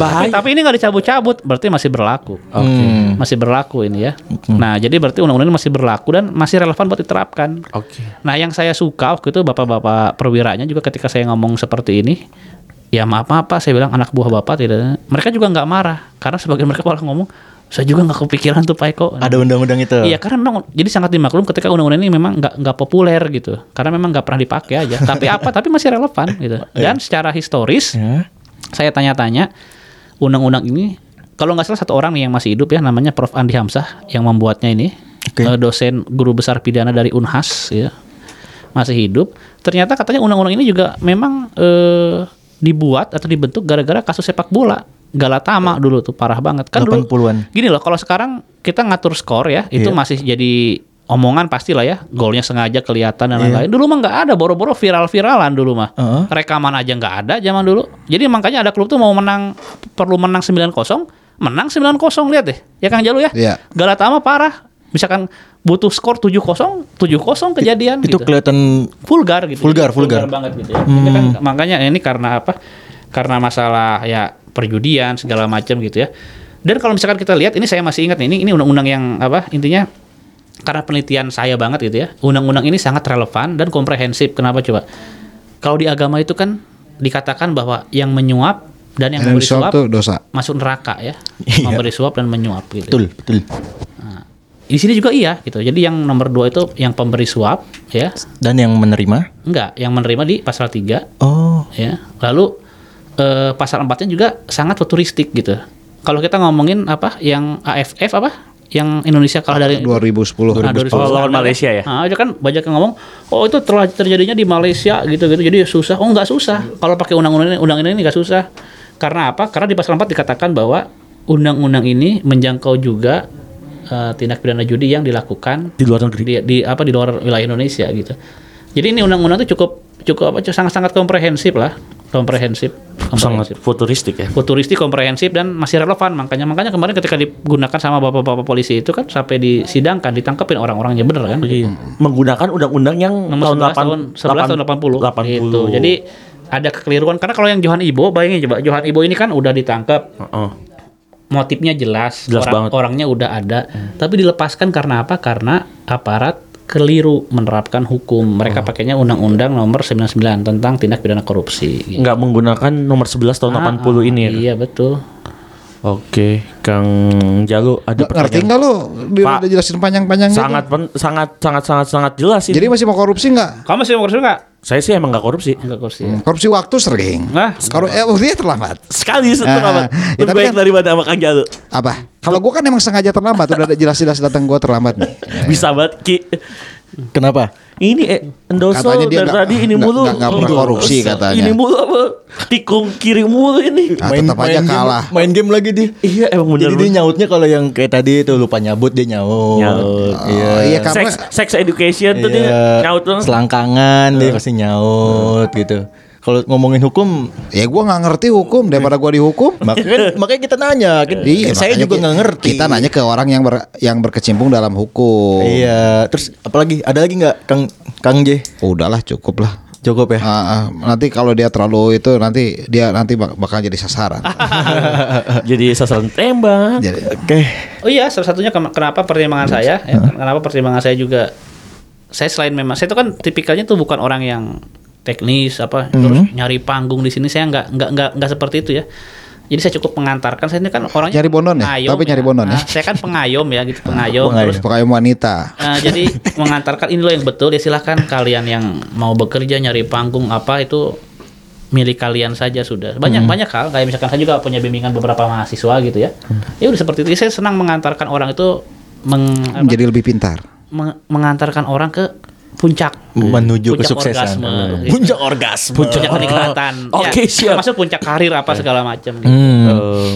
S4: Bahaya.
S5: Tapi, tapi ini nggak dicabut-cabut, berarti masih berlaku.
S4: Hmm.
S5: Masih berlaku ini ya. Nah, jadi berarti undang-undang ini masih berlaku dan masih relevan buat diterapkan.
S1: Oke.
S5: Nah, yang saya suka waktu itu bapak-bapak perwiranya juga ketika saya ngomong seperti ini, ya maaf maaf pak, saya bilang anak buah bapak tidak. Mereka juga nggak marah karena sebagian mereka malah ngomong, saya juga nggak kepikiran tuh pak Eko.
S4: Ada undang-undang itu.
S5: Iya karena memang jadi sangat dimaklum ketika undang-undang ini memang nggak nggak populer gitu karena memang nggak pernah dipakai aja. Tapi apa? Tapi masih relevan gitu. Dan secara historis
S4: Ya.
S5: saya tanya-tanya undang-undang ini kalau nggak salah satu orang nih yang masih hidup ya namanya Prof Andi Hamzah yang membuatnya ini
S4: Oke.
S5: Eh, dosen guru besar pidana dari Unhas ya masih hidup ternyata katanya undang-undang ini juga memang eh, dibuat atau dibentuk gara-gara kasus sepak bola Galatama dulu tuh parah banget kan dulu
S4: 80-an.
S5: gini loh kalau sekarang kita ngatur skor ya itu
S4: Iya.
S5: masih jadi omongan pastilah ya golnya sengaja kelihatan dan lain-lain dulu mah nggak ada boro-boro viral-viralan dulu mah
S4: Iya. Heeh.
S5: rekaman aja nggak ada zaman dulu. Jadi makanya ada klub tuh mau menang perlu menang 9-0, menang 9-0 lihat deh. Ya Kang Jalu ya.
S3: Iya.
S5: Galatama parah. Misalkan butuh skor 7-0, 7-0 kejadian
S4: Itu
S5: gitu.
S4: kelihatan
S5: vulgar gitu.
S4: Vulgar, vulgar. Hmm.
S5: banget gitu ya. Ini kan- makanya ini karena apa? Karena masalah ya perjudian segala macam gitu ya. Dan kalau misalkan kita lihat ini saya masih ingat nih, ini ini undang-undang yang apa intinya karena penelitian saya banget gitu ya. Undang-undang ini sangat relevan dan komprehensif. Kenapa coba? Kalau di agama itu kan dikatakan bahwa yang menyuap dan yang
S3: Dan
S5: memberi
S3: suap
S5: suap
S3: tuh dosa.
S5: masuk neraka ya.
S4: <laughs> Iya.
S5: Memberi suap dan menyuap gitu.
S4: betul, betul.
S5: Di sini juga iya gitu. Jadi yang nomor dua itu yang pemberi suap ya.
S4: Dan yang menerima?
S5: Enggak, yang menerima di pasal 3
S4: Oh,
S5: ya. Lalu eh, pasal empatnya juga sangat futuristik gitu. Kalau kita ngomongin apa yang AFF apa yang Indonesia kalah dari
S3: 2010.
S5: Nah, 2010
S1: Oh, lawan
S5: ada.
S1: Malaysia ya?
S5: Nah, itu kan banyak yang ngomong, oh itu telah terjadinya di Malaysia gitu-gitu. Jadi susah. Oh, nggak susah. Kalau pakai undang-undang ini, undang-undang ini nggak susah. Karena apa? Karena di pasal 4 dikatakan bahwa undang-undang ini menjangkau juga eh, tindak pidana judi yang dilakukan
S1: Di luar negeri.
S5: di, di apa di luar wilayah Indonesia gitu. Jadi ini undang-undang itu cukup cukup apa sangat-sangat komprehensif lah, komprehensif,
S1: Sangat
S5: komprehensif.
S1: futuristik ya.
S5: futuristik komprehensif dan masih relevan makanya makanya kemarin ketika digunakan sama bapak-bapak polisi itu kan sampai disidangkan ditangkepin orang-orangnya bener kan
S1: Menggunakan undang-undang yang
S5: nomor
S1: Iya. tahun
S5: 11
S1: delapan-
S5: tahun 11 tahun 80.
S1: 80.
S5: Gitu. Jadi ada kekeliruan karena kalau yang Johan Ibo bayangin coba Johan Ibo ini kan udah ditangkap
S1: Heeh.
S5: motifnya jelas,
S1: Jelas
S5: orang-
S1: banget. Hmm.
S5: orangnya udah ada tapi dilepaskan karena apa karena aparat keliru menerapkan hukum
S1: Oh.
S5: mereka pakainya undang-undang nomor 99 tentang tindak pidana korupsi gitu.
S1: nggak menggunakan nomor 11 tahun
S5: Ah,
S1: 80 ini ya.
S5: iya betul
S1: Oke, Kang Jalu ada
S3: Nggak Ngerti
S1: pertanyaan.
S3: nggak lu? Dia
S1: Pak.
S3: udah jelasin panjang-panjang gitu.
S1: Sangat pen- sangat sangat sangat sangat jelas sih.
S3: Jadi masih mau korupsi nggak?
S5: kamu sih mau korupsi nggak
S1: saya sih emang nggak korupsi.
S5: nggak korupsi
S3: Korupsi waktu sering.
S5: nah
S3: Kalau eh waktunya terlambat.
S1: Sekali itu
S3: Ah,
S1: apa?
S3: ya,
S1: Lebih
S3: tapi
S1: baik
S3: kan-
S1: daripada sama Kang Jalu.
S3: Apa? Kalau gua kan emang sengaja terlambat, udah ada jelas-jelas datang gua terlambat nih.
S1: Bisa banget Ki.
S4: Kenapa?
S1: Ini eh, endorsal
S3: Katanya dia
S1: dari
S3: nggak-
S1: tadi ini
S3: nggak-
S1: mulu.
S3: nggak- nggak pernah
S1: Endorsal.
S3: korupsi katanya.
S1: Ini mulu apa? Tikung kiri mulu ini.
S3: Ah, tetap aja
S4: game-
S3: kalah.
S4: main game lagi dia.
S1: Iya emang
S4: Jadi
S1: bener.
S4: dia nyautnya kalau yang kayak tadi itu lupa nyabut dia nyaut.
S1: Nyaut.
S4: Iya.
S3: Oh, iya karena
S1: Sex, sex education tuh dia
S4: Iya.
S1: nyaut tuh.
S4: Selangkangan dia pasti nyaut gitu. Kalau ngomongin hukum
S3: ya gua nggak ngerti hukum daripada gua dihukum. <laughs>
S4: makanya, makanya kita nanya. Kita-
S3: Iya,
S4: saya
S3: makanya
S4: juga
S3: ki-
S4: nggak ngerti.
S3: Kita nanya ke orang yang ber- yang berkecimpung dalam hukum.
S4: Iya, terus apalagi ada lagi nggak Kang Kang J?
S3: Udahlah cukup lah.
S4: Cukup ya.
S3: Ah, ah, nanti kalau dia terlalu itu nanti dia nanti bak- bakal jadi
S4: <laughs>
S3: sasaran.
S1: Jadi sasaran tembak.
S3: jadi
S4: Oke.
S5: Oh iya, salah satunya kem- kenapa pertimbangan
S3: Hmm.
S5: saya, ya, kenapa pertimbangan saya juga, saya selain memang, saya itu kan tipikalnya tuh bukan orang yang teknis apa,
S3: Hmm.
S5: terus nyari panggung di sini saya nggak nggak nggak nggak seperti itu ya. Jadi saya cukup mengantarkan, saya ini kan orangnya
S3: Nyari bondon ya?
S5: pengayom
S3: Tapi nyari bondon ya?
S5: Nah, saya kan pengayom ya gitu, pengayom.
S4: pengayom.
S5: Terus
S3: pokoknya wanita.
S5: Nah, jadi mengantarkan ini loh yang betul ya silahkan kalian yang mau bekerja nyari panggung apa itu milik kalian saja sudah banyak banyak hal kayak misalkan saya juga punya bimbingan beberapa mahasiswa gitu ya ya udah seperti itu Ya, saya senang mengantarkan orang itu meng- apa,
S3: Menjadi lebih pintar.
S5: meng- mengantarkan orang ke puncak
S4: Menuju
S5: Puncak
S4: kesuksesan.
S5: orgasme,
S4: Hmm.
S5: gitu.
S4: Puncak orgasme.
S5: puncak kenikmatan Ya,
S1: Oke, siap.
S5: termasuk puncak karir apa segala macam gitu.
S4: Hmm.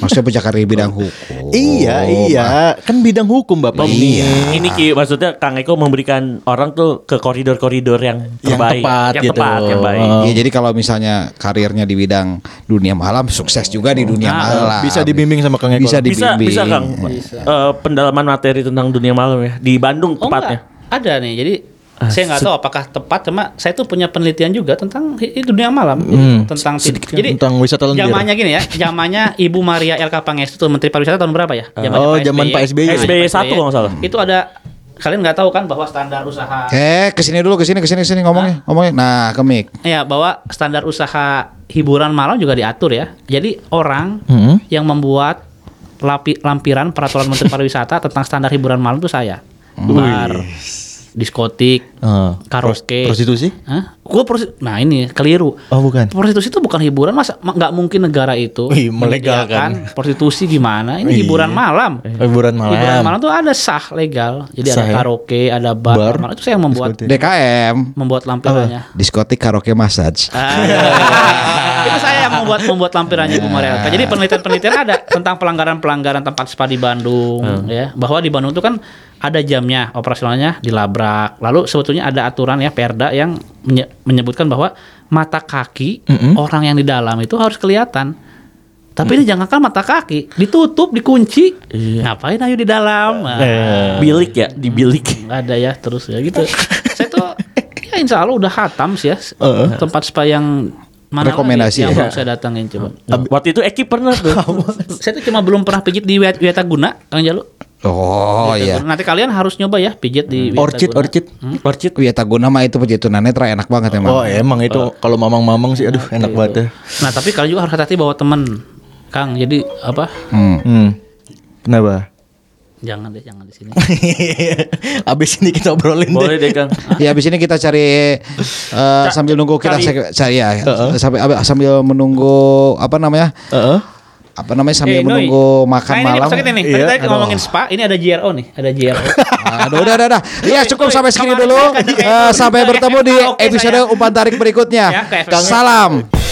S3: Maksudnya pencakar di bidang hukum.
S4: iya,
S3: Oh,
S4: iya. Kan bidang hukum Bapak ini.
S3: Iya.
S1: Ini Ki, maksudnya Kang Eko memberikan orang tuh ke koridor-koridor yang
S4: Yang
S1: terbaik.
S4: tepat
S1: yang
S4: gitu.
S1: tepat, yang baik.
S4: Oh.
S3: Iya, jadi kalau misalnya karirnya di bidang dunia malam sukses juga di dunia
S5: Nah,
S3: malam.
S4: Bisa dibimbing sama Kang Eko.
S3: Bisa di-
S1: Bisa,
S3: dibimbing. Iya.
S1: bisa Kang. Eh, pendalaman materi tentang dunia malam ya di Bandung
S5: Oh
S1: tepatnya.
S5: enggak, ada nih. Jadi
S4: Ah,
S5: saya nggak tahu apakah tepat, cuma saya tuh punya penelitian juga tentang hi- dunia malam, Gitu, tentang jadi
S4: Hmm. tentang wisata lendir.
S5: Zamannya gini ya, zamannya Ibu Maria Elka Pangestu tuh Menteri Pariwisata tahun berapa ya? Nah, Zamannya
S4: Oh, zaman Pak SBY.
S1: SBY satu kalau nggak salah.
S5: ya. Itu ada kalian nggak tahu kan bahwa standar usaha
S3: Eh, kesini dulu, kesini, kesini, kesini ngomongnya, ngomongnya. Nah, kemik.
S5: Ya bahwa standar usaha hiburan malam juga diatur ya. Jadi orang
S4: Hmm.
S5: yang membuat lapi- lampiran peraturan Menteri Pariwisata tentang standar hiburan malam itu saya.
S4: Hmm.
S5: Bar, diskotik,
S4: Eh,
S5: karaoke,
S4: pros- prostitusi?
S5: Hah? Gua prosi- Nah ini keliru.
S4: Oh, bukan.
S5: Prostitusi itu bukan hiburan masa ma- nggak mungkin negara itu
S4: Wih, melegalkan.
S5: menyediakan prostitusi gimana? Ini
S4: Iya.
S5: hiburan malam.
S4: Hiburan malam.
S5: Hiburan malam tuh ada sah legal. Jadi
S4: Sah,
S5: ada
S4: ya?
S5: karaoke, ada bar,
S4: Bar,
S5: malam. itu saya yang membuat
S4: diskotik.
S3: DKM,
S5: membuat lampirannya.
S3: diskotik karaoke massage.
S5: Ah. iya, itu saya yang membuat membuat lampirannya Ibu Maria Elka. Jadi penelitian-penelitian ada tentang pelanggaran-pelanggaran tempat spa di Bandung ya, bahwa di Bandung itu kan ada jamnya operasionalnya dilabrak. Lalu sebetulnya ada aturan ya Perda yang menye- menyebutkan bahwa mata kaki orang yang di dalam itu harus kelihatan. Tapi ini jangan kan mata kaki ditutup, dikunci. Ngapain ayo di dalam? Ah
S1: Bilik ya, di bilik.
S5: nggak ada ya terus ya gitu saya tuh ya insya Allah udah hatam sih ya tempat spa yang mana lagi
S3: Rekomendasi
S5: yang
S3: ya?
S5: belum saya datangin coba
S3: Hmm.
S1: Waktu itu Eki pernah
S3: <laughs>
S1: tuh.
S5: saya tuh cuma belum pernah pijit di Wiat- Wiataguna Kang Jalu
S3: Oh iya. Hmm.
S5: nanti kalian harus nyoba ya pijit di Wiataguna.
S4: Orchid, orchid.
S1: Orchid.
S3: Wih, Iya, Taguna mah itu pejitu netra enak banget emang.
S4: Oh, emang itu kalau mamang-mamang sih aduh enak banget ya.
S5: nah tapi kalian juga harus hati-hati bawa temen Kang jadi apa
S3: Hmm.
S4: Hmm. <laughs> Kenapa?
S5: jangan deh jangan di sini
S4: Abis ini kita obrolin deh.
S1: Boleh deh Kang.
S3: Ya habis ini kita cari eh, sambil nunggu kita
S1: cari-
S3: sek- cari ya sambil sambil menunggu apa namanya?
S4: Heeh.
S3: Apa namanya sambil
S5: Eh, Noi.
S3: menunggu makan
S5: nah, ini
S3: malam.
S5: nih, maksudnya ini nih.
S4: Iya,
S5: Tadi, tadi ngomongin spa, ini ada JRO nih, ada JRO.
S3: <laughs> Aduh, udah, udah, udah. Iya, cukup
S5: Noi,
S3: sampai segini
S5: kemarin
S3: dulu.
S5: saya kasih
S3: Eh,
S5: kayak
S3: sampai
S5: gitu,
S3: bertemu di
S5: kayak karaoke
S3: episode
S5: saya.
S3: umpan tarik berikutnya.
S5: Ya, kayak
S3: Salam.